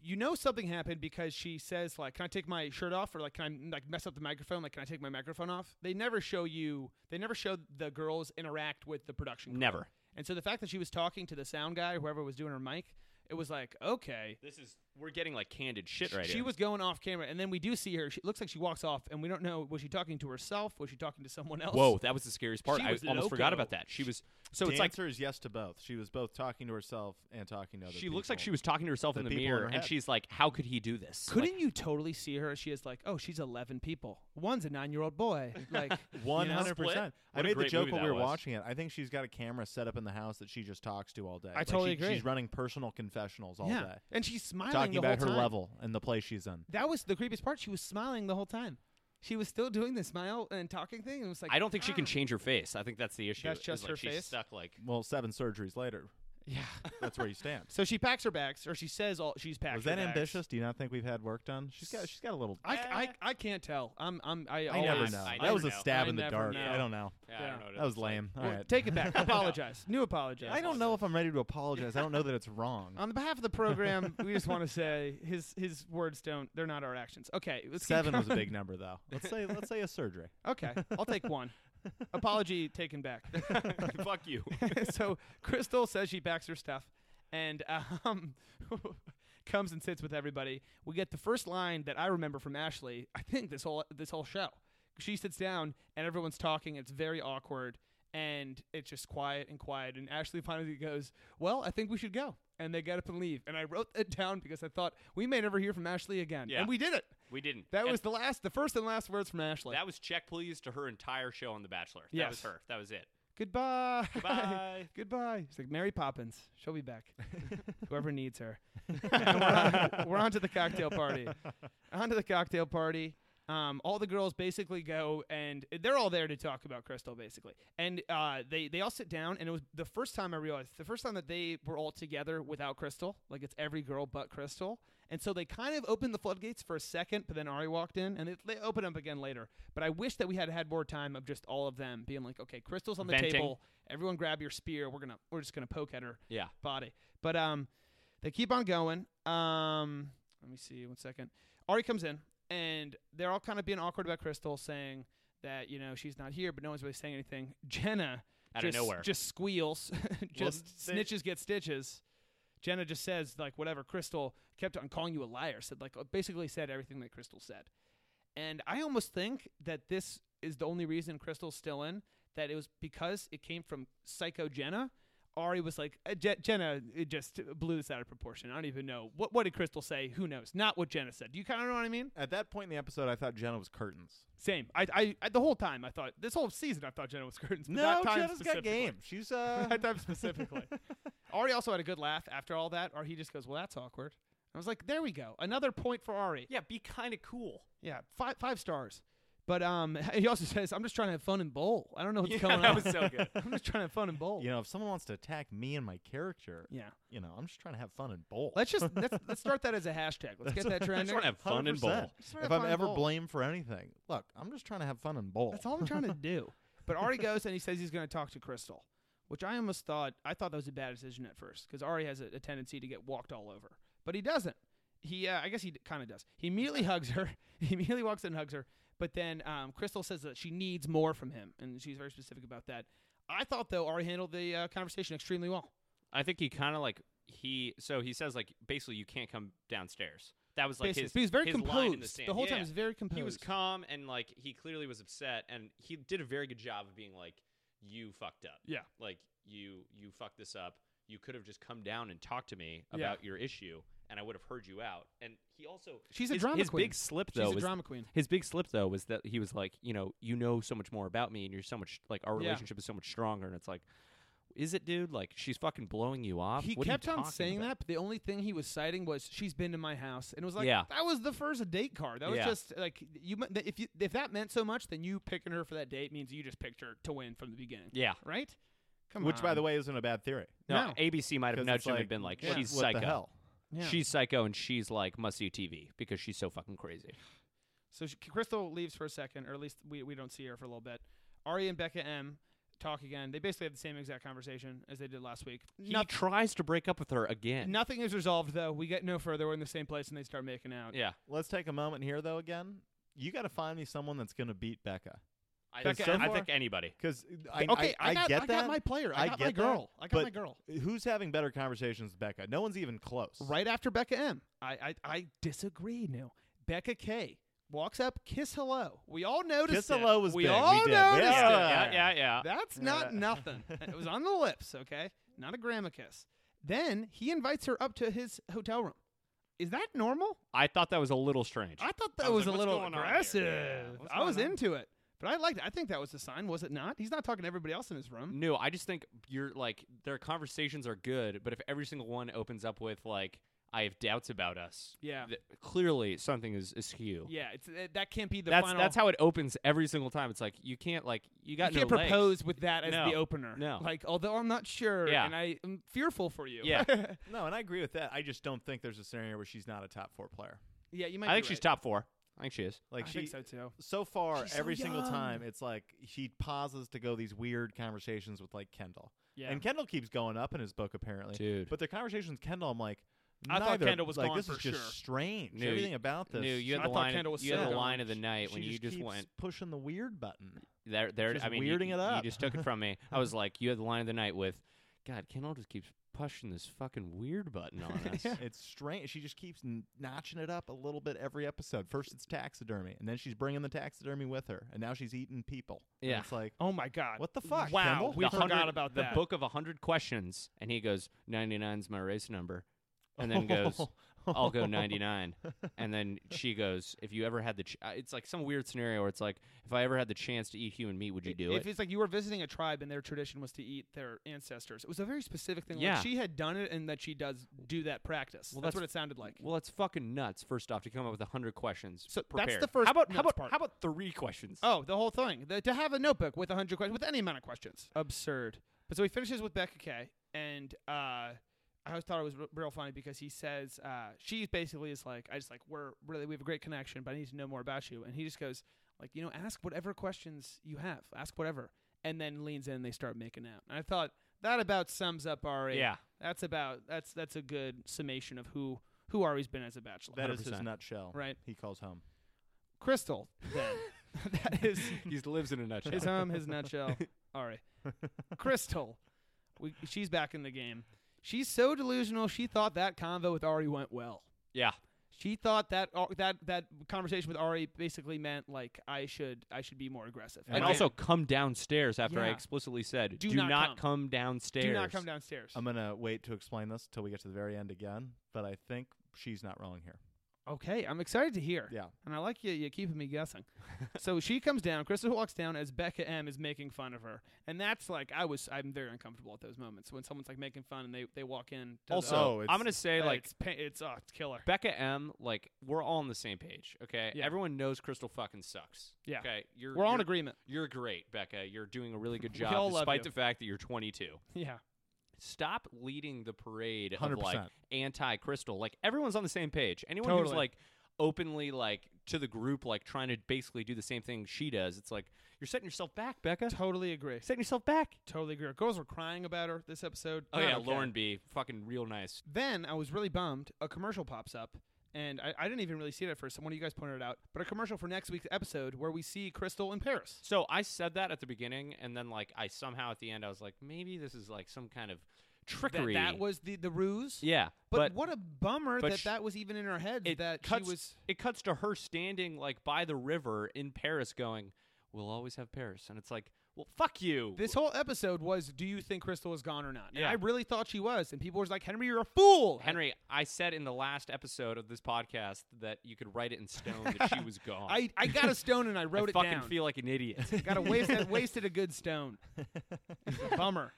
Speaker 4: you know, something happened because she says like, "Can I take my shirt off?" Or like, "Can I like mess up the microphone?" Like, "Can I take my microphone off?" They never show you. They never show the girls interact with the production. crew.
Speaker 5: Never.
Speaker 4: And so the fact that she was talking to the sound guy, whoever was doing her mic, it was like, okay.
Speaker 5: This is we're getting like candid shit right
Speaker 4: She
Speaker 5: here.
Speaker 4: was going off camera, and then we do see her. She looks like she walks off, and we don't know was she talking to herself? Was she talking to someone else?
Speaker 5: Whoa, that was the scariest part.
Speaker 4: She
Speaker 5: I
Speaker 4: was
Speaker 5: almost forgot
Speaker 4: loco.
Speaker 5: about that. She was so
Speaker 6: So the
Speaker 5: it's like
Speaker 6: answer is yes to both. She was both talking to herself and talking to other
Speaker 5: she looks like
Speaker 6: people.
Speaker 5: she was talking to herself
Speaker 6: The
Speaker 5: in the
Speaker 6: people in
Speaker 5: mirror,
Speaker 6: her
Speaker 5: and
Speaker 6: head.
Speaker 5: she's like, "How could he do this?" Like,
Speaker 4: Couldn't you totally see her? She is like, oh, she's eleven people. One's a nine-year-old boy. Like
Speaker 6: One
Speaker 4: you know?
Speaker 6: hundred percent.
Speaker 5: What
Speaker 6: I
Speaker 5: a
Speaker 6: made the
Speaker 5: great
Speaker 6: joke
Speaker 5: movie
Speaker 6: when we
Speaker 5: that
Speaker 6: were
Speaker 5: was.
Speaker 6: watching it. I think she's got a camera set up in the house that she just talks to all day.
Speaker 4: I
Speaker 6: Like,
Speaker 4: totally
Speaker 6: she-
Speaker 4: agree.
Speaker 6: She's running personal confessionals all
Speaker 4: yeah.
Speaker 6: day,
Speaker 4: And she's smiling
Speaker 6: talking
Speaker 4: the
Speaker 6: about her
Speaker 4: whole time.
Speaker 6: level and the place she's in.
Speaker 4: That was the creepiest part. She was smiling the whole time. She was still doing the smile and talking thing, and it was like
Speaker 5: I don't think she can
Speaker 4: "Ah."
Speaker 5: change her face. I think that's the issue.
Speaker 4: That's
Speaker 5: is,
Speaker 4: just
Speaker 5: like,
Speaker 4: her
Speaker 5: she's
Speaker 4: face?
Speaker 5: Stuck like
Speaker 6: Well, seven surgeries later,
Speaker 4: Yeah.
Speaker 6: that's where you stand.
Speaker 4: So she packs her bags, or she says all she's packed.
Speaker 6: Was
Speaker 4: her
Speaker 6: that
Speaker 4: bags.
Speaker 6: ambitious? Do you not think we've had work done? She's got she's got a little.
Speaker 4: I, I, I can't tell. I'm I'm I,
Speaker 6: I never
Speaker 4: always-
Speaker 6: know.
Speaker 5: I
Speaker 6: that
Speaker 5: never
Speaker 6: was a
Speaker 5: know.
Speaker 6: stab
Speaker 4: I
Speaker 6: in the
Speaker 4: never
Speaker 6: dark.
Speaker 4: know.
Speaker 6: I don't know.
Speaker 5: yeah, I
Speaker 4: Yeah.
Speaker 5: don't know. what it
Speaker 6: That was
Speaker 5: looks like.
Speaker 6: lame. All
Speaker 4: Well,
Speaker 6: right.
Speaker 4: Take it back. apologize. New apologize.
Speaker 6: I don't know if I'm ready to apologize. I don't know that it's wrong.
Speaker 4: On the behalf of the program, we just want to say his his words don't they're not our actions. Okay, let's keep
Speaker 6: Seven was a
Speaker 4: going.
Speaker 6: big number though. Let's say let's say a surgery.
Speaker 4: Okay, I'll take one. Apology taken back.
Speaker 5: Fuck you.
Speaker 4: so Crystal says she backs her stuff and um, comes and sits with everybody. We get the first line that I remember from Ashley. I think this whole this whole show. She sits down and everyone's talking. It's very awkward and it's just quiet and quiet. And Ashley finally goes, "Well, I think we should go." And they get up and leave. And I wrote that down because I thought we may never hear from Ashley again.
Speaker 5: Yeah.
Speaker 4: And we did it.
Speaker 5: We didn't.
Speaker 4: That
Speaker 5: And
Speaker 4: was the last, the first and last words from Ashley.
Speaker 5: that was check please to her entire show on The Bachelor. That was
Speaker 4: Yes.
Speaker 5: her. That was it.
Speaker 4: Goodbye.
Speaker 5: Goodbye.
Speaker 4: Goodbye. She's like Mary Poppins. She'll be back. Whoever needs her. And we're, on, we're on to the cocktail party. On to the cocktail party. Um, all the girls basically go and they're all there to talk about Crystal, basically. And uh, they they all sit down, and it was the first time I realized the first time that they were all together without Crystal. Like it's every girl but Crystal. And so they kind of opened the floodgates for a second, but then Ari walked in, and it, they opened up again later. But I wish that we had had more time of just all of them being like, okay, Crystal's on the
Speaker 5: Venting.
Speaker 4: table. Everyone grab your spear. We're gonna we're just gonna poke at her
Speaker 5: Yeah.
Speaker 4: body. But um, they keep on going. Um, let me see one second. Ari comes in, and they're all kind of being awkward about Crystal, saying that you know she's not here, but no one's really saying anything. Jenna
Speaker 5: Out
Speaker 4: just,
Speaker 5: of nowhere.
Speaker 4: just squeals, just
Speaker 6: they-
Speaker 4: snitches get stitches. Jenna just says like whatever. Crystal kept on calling you a liar. Said like uh, basically said everything that Crystal said. And I almost think that this is the only reason Crystal's still in. That it was because it came from Psycho Jenna. Ari was like, uh, Je- Jenna it just blew this out of proportion. I don't even know what what did Crystal say. Who knows? Not what Jenna said. Do you kind of know what I mean?
Speaker 6: At that point in the episode, I thought Jenna was curtains.
Speaker 4: Same. I, I, I the whole time I thought this whole season I thought Jenna was curtains. But that time
Speaker 6: Jenna's got
Speaker 4: specifically-
Speaker 6: game. She's uh,
Speaker 4: That time specifically. Ari also had a good laugh after all that. Or he just goes, "Well, that's awkward." I was like, "There we go. Another point for Ari."
Speaker 5: Yeah, be kind of cool.
Speaker 4: Yeah, five five stars. But um, he also says, "I'm just trying to have fun and bowl. I don't know what's going
Speaker 5: that
Speaker 4: on.
Speaker 5: was so good.
Speaker 4: I'm just trying to have fun and bowl."
Speaker 6: you know, if someone wants to attack me and my character,
Speaker 4: Yeah.
Speaker 6: you know, I'm just trying to have fun and bowl.
Speaker 4: Let's just let's, let's start that as a hashtag. Let's get that
Speaker 5: I just
Speaker 4: trending.
Speaker 5: want to have fun and bowl.
Speaker 6: 100%.
Speaker 4: Just wanna have
Speaker 6: If I'm
Speaker 4: fun and
Speaker 6: ever
Speaker 4: bowl.
Speaker 6: blamed for anything, look, I'm just trying to have fun and bowl.
Speaker 4: That's all I'm trying to do. But Ari goes and he says he's going to talk to Crystal, which I almost thought I thought that was a bad decision at first because Ari has a, a tendency to get walked all over, but he doesn't. He, uh, I guess he kind of does. He immediately hugs her. He immediately walks in and hugs her. But then um, Crystal says that she needs more from him, and she's very specific about that. I thought though Ari handled the uh, conversation extremely well.
Speaker 5: I think he kind of like he so he says like basically you can't come downstairs. That was like
Speaker 4: Basically,
Speaker 5: his.
Speaker 4: he was very
Speaker 5: his
Speaker 4: composed.
Speaker 5: line in the, sand.
Speaker 4: whole time
Speaker 5: Yeah.
Speaker 4: he was very composed.
Speaker 5: He was calm and like he clearly was upset, and he did a very good job of being like, "You fucked up.
Speaker 4: Yeah.
Speaker 5: like you you fucked this up. You could have just come down and talked to me
Speaker 4: Yeah.
Speaker 5: about your issue, and I would have heard you out." And he also
Speaker 4: She's a
Speaker 5: his,
Speaker 4: drama
Speaker 5: his
Speaker 4: queen.
Speaker 5: big slip
Speaker 4: She's
Speaker 5: though
Speaker 4: a
Speaker 5: was
Speaker 4: drama queen.
Speaker 5: his big slip though was that he was like, you know, you know so much more about me, and you're so much like our
Speaker 4: Yeah.
Speaker 5: relationship is so much stronger, and it's like, is it, dude? Like she's fucking blowing you off.
Speaker 4: He
Speaker 5: What are you
Speaker 4: kept on
Speaker 5: talking
Speaker 4: saying
Speaker 5: about?
Speaker 4: that, but the only thing he was citing was she's been to my house, and it was like
Speaker 5: Yeah.
Speaker 4: that was the first date card. That was
Speaker 5: Yeah.
Speaker 4: just like you. mu- If you if that meant so much, then you picking her for that date means you just picked her to win from the beginning,
Speaker 5: Yeah,
Speaker 4: right? Come
Speaker 6: Which, by
Speaker 4: on.
Speaker 6: the way, isn't a bad theory.
Speaker 5: No,
Speaker 4: No.
Speaker 5: ABC might
Speaker 6: 'Cause
Speaker 5: have nudged
Speaker 6: it's
Speaker 5: him
Speaker 6: like,
Speaker 5: and been like,
Speaker 6: what-
Speaker 5: "She's
Speaker 6: what
Speaker 5: psycho.
Speaker 6: The hell?
Speaker 4: Yeah.
Speaker 5: She's psycho, and she's like must see TV because she's so fucking crazy."
Speaker 4: So she, Crystal leaves for a second, or at least we, we don't see her for a little bit. Arya and Becca M talk again. They basically have the same exact conversation as they did last week.
Speaker 5: He
Speaker 4: Noth-
Speaker 5: tries to break up with her again.
Speaker 4: nothing is resolved though. We get no further. We're in the same place, and they start making out.
Speaker 5: Yeah,
Speaker 6: Let's take a moment here, though. Again, you got to find me someone that's going to beat Becca.
Speaker 5: I,
Speaker 6: Becca,
Speaker 5: I
Speaker 6: so
Speaker 5: think
Speaker 6: far-
Speaker 5: anybody.
Speaker 6: Because I,
Speaker 4: okay,
Speaker 6: I, I,
Speaker 4: got,
Speaker 6: get
Speaker 4: I
Speaker 6: that.
Speaker 4: got my player. I,
Speaker 6: I
Speaker 4: got my
Speaker 6: get that,
Speaker 4: girl. I got my
Speaker 6: but
Speaker 4: girl.
Speaker 6: Who's having better conversations, with Becca? No one's even close.
Speaker 4: Right after Becca M, I I, I disagree now. Becca K walks up, kiss hello. We all noticed.
Speaker 6: Kiss
Speaker 4: it.
Speaker 6: hello was
Speaker 4: we
Speaker 6: big.
Speaker 4: all
Speaker 6: we did.
Speaker 4: noticed
Speaker 6: yeah.
Speaker 4: it.
Speaker 5: yeah, yeah, yeah.
Speaker 4: That's not nothing. It was on the lips, okay? Not a grandma kiss. Then he invites her up to his hotel room. Is that normal?
Speaker 5: I thought that was a little strange.
Speaker 4: I thought that
Speaker 5: I was
Speaker 4: was,
Speaker 5: like,
Speaker 4: a
Speaker 5: "What's
Speaker 4: little
Speaker 5: going on here?"
Speaker 4: aggressive.
Speaker 5: Yeah, what's
Speaker 4: I was
Speaker 5: going on?
Speaker 4: into it, but I liked it. I think that was a sign, was it not? He's not talking to everybody else in his room.
Speaker 5: No, I just think you're like their conversations are good, but if every single one opens up with like I have doubts about us,
Speaker 4: Yeah.
Speaker 5: th- clearly something is askew.
Speaker 4: Yeah, it's it, that can't be the
Speaker 5: that's
Speaker 4: final.
Speaker 5: that's how it opens every single time. It's like you can't like you
Speaker 4: you
Speaker 5: got
Speaker 4: can't
Speaker 5: no legs.
Speaker 4: propose with that as
Speaker 5: No.
Speaker 4: the opener.
Speaker 5: No.
Speaker 4: like although I'm not sure,
Speaker 5: Yeah.
Speaker 4: and I am fearful for you.
Speaker 5: Yeah.
Speaker 6: No, and I agree with that. I just don't think there's a scenario where she's not a top four player.
Speaker 4: yeah, you might.
Speaker 5: I
Speaker 4: be
Speaker 5: think she's
Speaker 4: right.
Speaker 5: top four. I think she is.
Speaker 6: Like
Speaker 4: I
Speaker 6: she,
Speaker 4: think so too.
Speaker 6: so far,
Speaker 4: She's so
Speaker 6: every single
Speaker 4: young.
Speaker 6: time, it's like she pauses to go these weird conversations with like Kendall,
Speaker 4: Yeah,
Speaker 6: and Kendall keeps going up in his book apparently.
Speaker 5: Dude.
Speaker 6: But their conversations, Kendall, I'm like,
Speaker 4: I thought
Speaker 6: neither-
Speaker 4: Kendall was
Speaker 6: like
Speaker 4: gone
Speaker 6: this
Speaker 4: for
Speaker 6: is just
Speaker 4: sure.
Speaker 6: strange.
Speaker 5: No,
Speaker 6: Everything
Speaker 5: you-
Speaker 6: about this,
Speaker 5: No, you
Speaker 4: I
Speaker 5: had the
Speaker 4: thought
Speaker 5: line.
Speaker 4: Kendall was
Speaker 5: You had the
Speaker 4: sick.
Speaker 5: line of the night
Speaker 6: she
Speaker 5: when you just
Speaker 6: keeps
Speaker 5: went
Speaker 6: pushing the weird button.
Speaker 5: there. There.
Speaker 6: just
Speaker 5: I mean, you-
Speaker 6: weirding
Speaker 5: you,
Speaker 6: it up.
Speaker 5: You just took it from me. I was like, you had the line of the night with, God, Kendall just keeps pushing this fucking weird button on us.
Speaker 6: It's strange. She just keeps n- notching it up a little bit every episode. First, it's taxidermy, and then she's bringing the taxidermy with her, and now she's eating people. And
Speaker 5: Yeah.
Speaker 6: it's like
Speaker 4: Oh my god.
Speaker 6: what the fuck?
Speaker 4: Wow,
Speaker 6: Kendall?
Speaker 4: we
Speaker 5: the
Speaker 4: forgot
Speaker 5: 100
Speaker 4: about
Speaker 5: the
Speaker 4: that.
Speaker 5: book of 100 questions and he goes 99's my race number and then goes i'll go 99 and then she goes if you ever had the ch- uh, it's like some weird scenario where it's like if i ever had the chance to eat human meat would you do
Speaker 4: if
Speaker 5: it
Speaker 4: it's like you were visiting a tribe and their tradition was to eat their ancestors, it was a very specific thing.
Speaker 5: Yeah.
Speaker 4: Like she had done it and that she does do that practice.
Speaker 5: Well,
Speaker 4: that's,
Speaker 5: that's-
Speaker 4: what it sounded like.
Speaker 5: well that's fucking nuts first off to come up with 100 questions
Speaker 4: So that's the
Speaker 5: prepared.
Speaker 4: first
Speaker 5: how about how
Speaker 4: nuts
Speaker 5: about
Speaker 4: part.
Speaker 5: how about three questions
Speaker 4: oh, the whole thing. The, to have a notebook with 100 questions, with any amount of questions. Absurd. But so he finishes with Becca K. And uh, I always thought it was r- real funny because he says, uh, she basically is like, I just like, we're really, we have a great connection, but I need to know more about you. And he just goes, like, you know, ask whatever questions you have. Ask whatever. And then leans in and they start making out. And I thought, that about sums up Ari.
Speaker 5: yeah
Speaker 4: That's about that's that's a good summation of who who Ari's been as a bachelor.
Speaker 6: That is his
Speaker 5: 100%.
Speaker 6: nutshell.
Speaker 4: Right.
Speaker 6: He calls home.
Speaker 4: Crystal. Then that is
Speaker 5: he lives in a nutshell
Speaker 4: his home, his nutshell. Ari. Crystal. We, she's back in the game. She's so delusional. She thought that convo with Ari went well.
Speaker 5: yeah
Speaker 4: She thought that uh, that that conversation with Ari basically meant like I should I should be more aggressive.
Speaker 5: and
Speaker 6: Yeah.
Speaker 5: also come downstairs after i
Speaker 4: Yeah.
Speaker 5: explicitly said
Speaker 4: Do
Speaker 5: do,
Speaker 4: not
Speaker 5: not,
Speaker 4: come.
Speaker 5: come. downstairs
Speaker 4: do not come downstairs.
Speaker 6: I'm gonna wait to explain this till we get to the very end again, but I think she's not wrong here.
Speaker 4: okay, I'm excited to hear.
Speaker 6: Yeah.
Speaker 4: And I like you, you keeping me guessing. so she comes down, Crystal walks down as Becca M is making fun of her. And that's like I was I'm very uncomfortable at those moments when someone's like making fun and they, they walk in. to the-
Speaker 5: also
Speaker 6: Oh, it's-
Speaker 5: i'm gonna say
Speaker 4: Uh,
Speaker 5: like
Speaker 4: it's pa- it's oh, it's killer.
Speaker 5: Becca M, like we're all on the same page, okay?
Speaker 4: Yeah.
Speaker 5: Everyone knows Crystal fucking sucks.
Speaker 4: Yeah.
Speaker 5: Okay. You're
Speaker 4: We're all in
Speaker 5: you're,
Speaker 4: agreement.
Speaker 5: you're great, Becca. You're doing a really good
Speaker 4: We
Speaker 5: job
Speaker 4: all love
Speaker 5: despite
Speaker 4: you.
Speaker 5: the fact that you're 22.
Speaker 4: Yeah.
Speaker 5: Stop leading the parade of
Speaker 6: 100%.
Speaker 5: like anti-Crystal. Like everyone's on the same page. Anyone who's
Speaker 4: Totally.
Speaker 5: like openly like to the group like trying to basically do the same thing she does, it's like you're setting yourself back, Becca.
Speaker 4: Totally agree.
Speaker 5: Setting yourself back.
Speaker 4: Totally agree. Girls were crying about her this episode.
Speaker 5: Oh
Speaker 4: Not
Speaker 5: yeah,
Speaker 4: okay.
Speaker 5: Lauren B, fucking real nice.
Speaker 4: Then I was really bummed. A commercial pops up, and I, I didn't even really see it at first. One of you guys pointed it out, but a commercial for next week's episode where we see Crystal in Paris.
Speaker 5: So I said that at the beginning, and then like I somehow at the end I was like, maybe this is like some kind of
Speaker 4: That,
Speaker 5: trickery.
Speaker 4: that was the the ruse.
Speaker 5: yeah,
Speaker 4: But, what a bummer
Speaker 5: but
Speaker 4: that
Speaker 5: sh-
Speaker 4: that was even in her head
Speaker 5: it
Speaker 4: that
Speaker 5: cuts.
Speaker 4: she was.
Speaker 5: It cuts to her standing like by the river in Paris, going, "We'll always have Paris," and it's like, "Well, fuck you."
Speaker 4: This whole episode was, do you think Crystal is gone or not? And
Speaker 5: Yeah.
Speaker 4: I really thought she was, and people were like, Henry, you're a fool.
Speaker 5: Henry, I said in the last episode of this podcast that you could write it in stone that she was gone.
Speaker 4: I, I got a stone and I wrote it
Speaker 5: fucking
Speaker 4: down.
Speaker 5: feel like an idiot.
Speaker 4: Got to waste wasted a good stone. It's a bummer.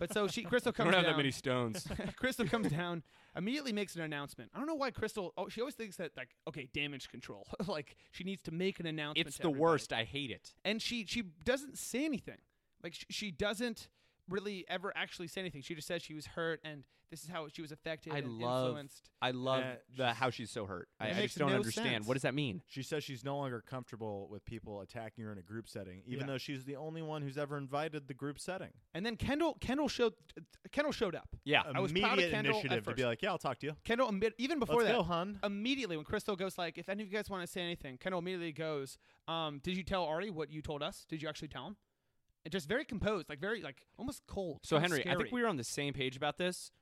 Speaker 4: But so she Crystal
Speaker 5: I
Speaker 4: comes
Speaker 5: don't have
Speaker 4: down.
Speaker 5: that many stones.
Speaker 4: Crystal comes down, immediately makes an announcement. I don't know why Crystal. Oh, she always thinks that like okay, damage control. like she needs to make an announcement.
Speaker 5: it's
Speaker 4: to
Speaker 5: the
Speaker 4: everybody.
Speaker 5: worst. I hate it.
Speaker 4: And she she doesn't say anything. Like sh- she doesn't really ever actually say anything. She just said she was hurt and this is how she was affected
Speaker 5: I
Speaker 4: and
Speaker 5: love
Speaker 4: influenced.
Speaker 5: I love
Speaker 6: Uh,
Speaker 5: the how she's so hurt. I,
Speaker 4: It
Speaker 5: I
Speaker 4: makes
Speaker 5: just don't
Speaker 4: no
Speaker 5: understand.
Speaker 4: sense.
Speaker 5: What does that mean?
Speaker 6: She says she's no longer comfortable with people attacking her in a group setting, even
Speaker 4: Yeah.
Speaker 6: though she's the only one who's ever invited the group setting.
Speaker 4: And then Kendall Kendall showed Kendall showed up.
Speaker 5: Yeah.
Speaker 4: I was proud of
Speaker 6: Immediate
Speaker 4: Kendall at
Speaker 6: initiative to be
Speaker 4: first.
Speaker 6: like, yeah, I'll talk to you.
Speaker 4: Kendall admit, even before
Speaker 6: Let's
Speaker 4: that
Speaker 6: go, hun.
Speaker 4: immediately when Crystal goes like, if any of you guys want to say anything, Kendall immediately goes, um, did you tell Ari what you told us? Did you actually tell him? And just very composed, like very like almost cold.
Speaker 5: So
Speaker 4: kinda
Speaker 5: Henry, I
Speaker 4: scary.
Speaker 5: think we were on the same page about this.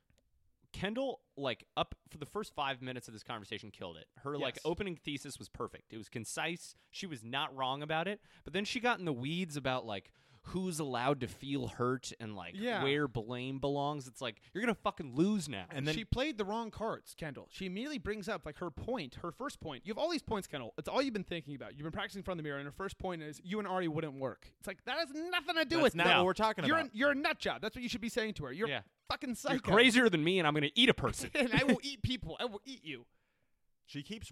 Speaker 5: Kendall, like up for the first five minutes of this conversation, killed it. Her like
Speaker 4: Yes.
Speaker 5: opening thesis was perfect. It was concise. She was not wrong about it. But then she got in the weeds about like who's allowed to feel hurt and like
Speaker 4: Yeah.
Speaker 5: where blame belongs. It's like you're gonna fucking lose now.
Speaker 6: And then
Speaker 4: she played the wrong cards, Kendall. She immediately brings up like her point, her first point. You have all these points, Kendall. It's all you've been thinking about. You've been practicing in front of the mirror, and her first point is you and Ari wouldn't work. It's like that has nothing to do
Speaker 6: That's
Speaker 4: with
Speaker 6: not
Speaker 4: that.
Speaker 6: what we're talking
Speaker 4: you're
Speaker 6: about.
Speaker 4: A, you're a nut job. That's what you should be saying to her. You're
Speaker 5: Yeah.
Speaker 4: fucking psycho.
Speaker 5: you're crazier than me, and I'm gonna eat a person.
Speaker 4: and I will eat people. I will eat you.
Speaker 6: She keeps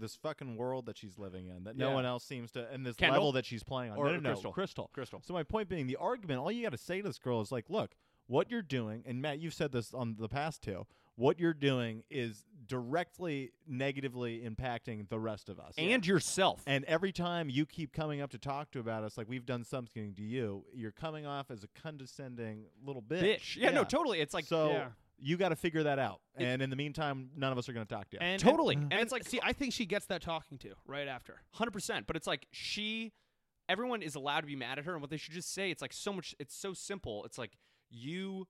Speaker 6: this fucking world that she's living in that no
Speaker 4: Yeah.
Speaker 6: one else seems to, and this
Speaker 5: Kendall?
Speaker 6: level that she's playing on.
Speaker 5: Or
Speaker 6: no, no, no,
Speaker 5: Crystal.
Speaker 6: Crystal.
Speaker 5: Crystal.
Speaker 6: So my point being, the argument, all you got to say to this girl is like, look, what you're doing, and Matt, you've said this on the past two. What you're doing is directly negatively impacting the rest of us.
Speaker 5: And yourself.
Speaker 6: And every time you keep coming up to talk to about us, like we've done something to you, you're coming off as a condescending little bitch.
Speaker 5: bitch. Yeah, no, totally. It's like
Speaker 6: so
Speaker 4: Yeah.
Speaker 6: you got to figure that out. and in the meantime, none of us are going to talk to you.
Speaker 4: And,
Speaker 5: Totally.
Speaker 4: And,
Speaker 5: And it's like-
Speaker 4: see, I think she gets that talking to right after.
Speaker 5: hundred percent. But it's like she, everyone is allowed to be mad at her, and what they should just say, it's like so much. It's so simple. It's like you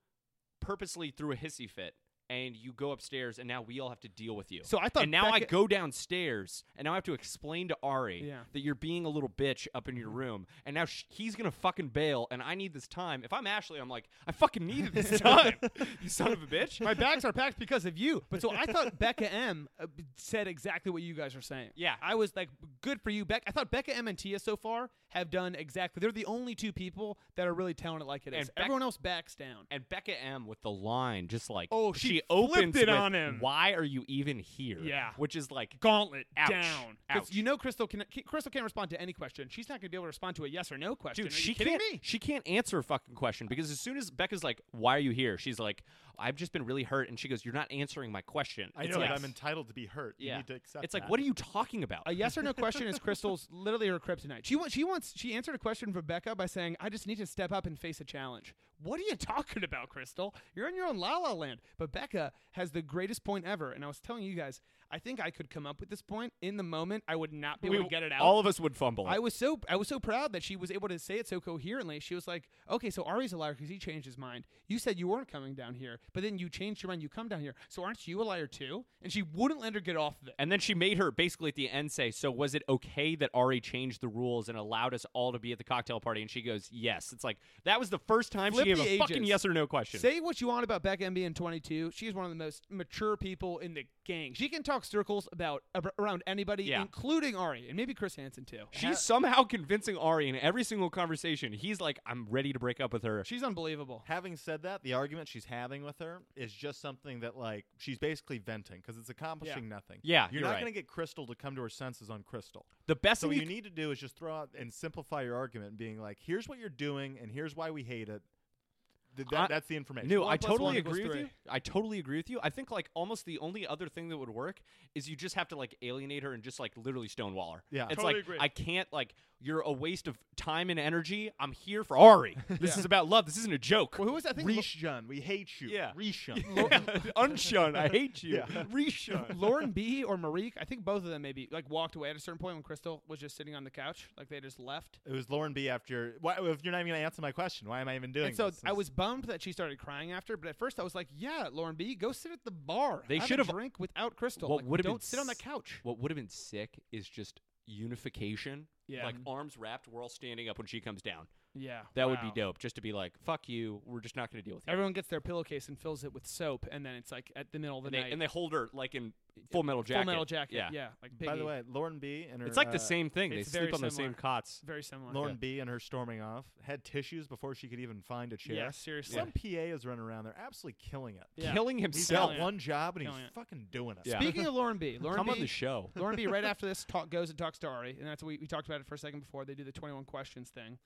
Speaker 5: purposely threw a hissy fit, and you go upstairs, and now we all have to deal with you.
Speaker 4: So I thought
Speaker 5: and now I
Speaker 4: Becca-
Speaker 5: go downstairs, and now I have to explain to Ari
Speaker 4: Yeah. Mm-hmm.
Speaker 5: that you're being a little bitch up in your room, and now sh- he's gonna fucking bail, and I need this time. If I'm Ashley, I'm like, I fucking needed this time. you son of a bitch.
Speaker 4: My bags are packed because of you. But so I thought Becca M uh, b- said exactly what you guys are saying.
Speaker 5: Yeah.
Speaker 4: I was like, good for you, Beck. I thought Becca M and Tia so far have done exactly. They're the only two people that are really telling it like it is.
Speaker 5: And Bec-
Speaker 4: Everyone else backs down.
Speaker 5: and Becca M with the line just like
Speaker 4: Oh, she flipped
Speaker 5: opens
Speaker 4: it
Speaker 5: with,
Speaker 4: on him.
Speaker 5: Why are you even here?
Speaker 4: Yeah.
Speaker 5: which is like
Speaker 4: Gauntlet
Speaker 5: Ouch.
Speaker 4: down. 'Cause
Speaker 5: Ouch.
Speaker 4: You know, Crystal can K- Crystal can't respond to any question. She's not going to be able to respond to a yes or no question.
Speaker 5: dude,
Speaker 4: are
Speaker 5: she
Speaker 4: you kidding
Speaker 5: can't
Speaker 4: me?
Speaker 5: she can't answer a fucking question because as soon as Becca's like, "Why are you here?" She's like, "I've just been really hurt," and she goes, "You're not answering my question."
Speaker 6: I
Speaker 5: It's
Speaker 6: know
Speaker 5: like,
Speaker 6: that I'm entitled to be hurt.
Speaker 5: Yeah,
Speaker 6: You need to accept
Speaker 5: it's like,
Speaker 6: that.
Speaker 5: what are you talking about?
Speaker 4: A yes or no question is Crystal's literally her kryptonite. She wants. She wants. She answered a question from Becca by saying, "I just need to step up and face a challenge." What are you talking about, Crystal? You're in your own la la land. But Becca has the greatest point ever, and I was telling you guys, I think I could come up with this point in the moment. I would not be able to get it out.
Speaker 5: All of us would fumble.
Speaker 4: I was so I was so proud that she was able to say it so coherently. She was like, "Okay, so Ari's a liar because he changed his mind. You said you weren't coming down here, but then you changed your mind. You come down here, so aren't you a liar too?" And she wouldn't let her get off of it.
Speaker 5: and then she made her basically at the end say, "So was it okay that Ari changed the rules and allowed us all to be at the cocktail party?" And she goes, "Yes." It's like that was the first time
Speaker 4: Flip
Speaker 5: she gave
Speaker 4: the
Speaker 5: a fucking
Speaker 4: ages.
Speaker 5: yes or no question.
Speaker 4: Say what you want about Becca M being 22. She is one of the most mature people in the gang. She can talk circles about ab- around anybody,
Speaker 5: Yeah.
Speaker 4: including Ari and maybe Chris Hansen too.
Speaker 5: She's somehow convincing Ari in every single conversation. He's like, I'm ready to break up with her.
Speaker 4: She's unbelievable.
Speaker 6: Having said that, the argument she's having with her is just something that, like, she's basically venting because it's accomplishing nothing.
Speaker 5: Yeah,
Speaker 6: you're,
Speaker 5: you're
Speaker 6: not
Speaker 5: right.
Speaker 6: going to get Crystal to come to her senses on Crystal.
Speaker 5: The best
Speaker 6: So what
Speaker 5: thing
Speaker 6: you need to do is just throw out and simplify your argument, being like, "Here's what you're doing, and here's why we hate it." Th- that-
Speaker 5: I-
Speaker 6: that's the information.
Speaker 5: No,
Speaker 4: One
Speaker 5: I
Speaker 4: plus one
Speaker 5: totally
Speaker 4: equals
Speaker 5: agree with
Speaker 4: three.
Speaker 5: you. I totally agree with you. I think like almost the only other thing that would work is you just have to like alienate her and just like literally stonewall her.
Speaker 6: Yeah.
Speaker 5: it's
Speaker 4: Totally
Speaker 5: like
Speaker 4: agree.
Speaker 5: I can't like you're a waste of time and energy. I'm here for Ari. This is about love. This isn't a joke.
Speaker 4: Well, who was that? I think
Speaker 6: Rishun, we hate you.
Speaker 5: Yeah.
Speaker 6: Rishun.
Speaker 5: Unshun, I hate you.
Speaker 6: Yeah.
Speaker 5: Reshun.
Speaker 4: Lauren B or Marique, I think both of them maybe like walked away at a certain point when Crystal was just sitting on the couch, like they just left.
Speaker 6: It was Lauren B. After why, if you're not even going to answer my question, why am I even doing
Speaker 4: And so
Speaker 6: this?
Speaker 4: I was bummed that she started crying after, but at first I was like, "Yeah, Lauren B, go sit at the bar.
Speaker 5: They
Speaker 4: Have a
Speaker 5: should've-
Speaker 4: drink without Crystal.
Speaker 5: What
Speaker 4: Like,
Speaker 5: would've been
Speaker 4: don't sit on the
Speaker 5: s-
Speaker 4: couch."
Speaker 5: What would have been sick is just unification.
Speaker 4: Yeah.
Speaker 5: Like arms wrapped, we're all standing up when she comes down.
Speaker 4: Yeah,
Speaker 5: That would be
Speaker 4: wow.
Speaker 5: dope. Just to be like, fuck you. We're just not going to deal with you.
Speaker 4: Everyone gets their pillowcase and fills it with soap, and then it's like at the middle of the
Speaker 5: And they,
Speaker 4: night.
Speaker 5: and they hold her like in Full Metal Jacket.
Speaker 4: Full metal jacket. Yeah,
Speaker 5: Yeah.
Speaker 4: like
Speaker 6: By the
Speaker 4: Biggie.
Speaker 6: way, Lauren B. and her
Speaker 5: It's like
Speaker 6: uh,
Speaker 5: the same thing. They
Speaker 4: it's
Speaker 5: sleep
Speaker 4: very
Speaker 5: on the
Speaker 4: similar.
Speaker 5: same cots.
Speaker 4: very similar.
Speaker 6: Lauren B. and her storming off had tissues before she could even find a chair.
Speaker 4: Yeah, seriously.
Speaker 6: Some PA is running around there, absolutely killing it.
Speaker 4: Yeah.
Speaker 5: Killing
Speaker 6: He's
Speaker 5: himself.
Speaker 6: got
Speaker 4: Killing it.
Speaker 6: one job and
Speaker 4: Killing
Speaker 6: he's
Speaker 4: it.
Speaker 6: fucking doing it.
Speaker 5: Yeah.
Speaker 4: Speaking of Lauren B, Lauren
Speaker 5: Come
Speaker 4: B,
Speaker 5: on the show.
Speaker 4: Lauren B, right after this, talk, goes and talks to Ari, and that's what we, we talked about it for a second before. They do the 21 questions thing.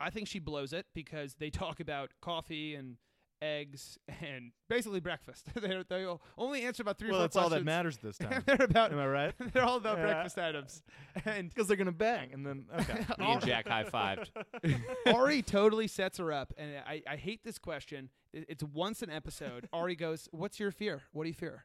Speaker 4: I think she blows it because they talk about coffee and eggs and basically breakfast. they they only answer about three
Speaker 6: well,
Speaker 4: or four
Speaker 6: that's all that
Speaker 4: questions.
Speaker 6: matters this time.
Speaker 4: they're about
Speaker 6: Am I right?
Speaker 4: they're all about
Speaker 6: Yeah.
Speaker 4: breakfast items. And
Speaker 6: Because they're gonna bang, and then okay.
Speaker 5: Me and Jack high fived.
Speaker 4: Ari totally sets her up, and I, I hate this question. I- It's once an episode. Ari goes, "What's your fear? What do you fear?"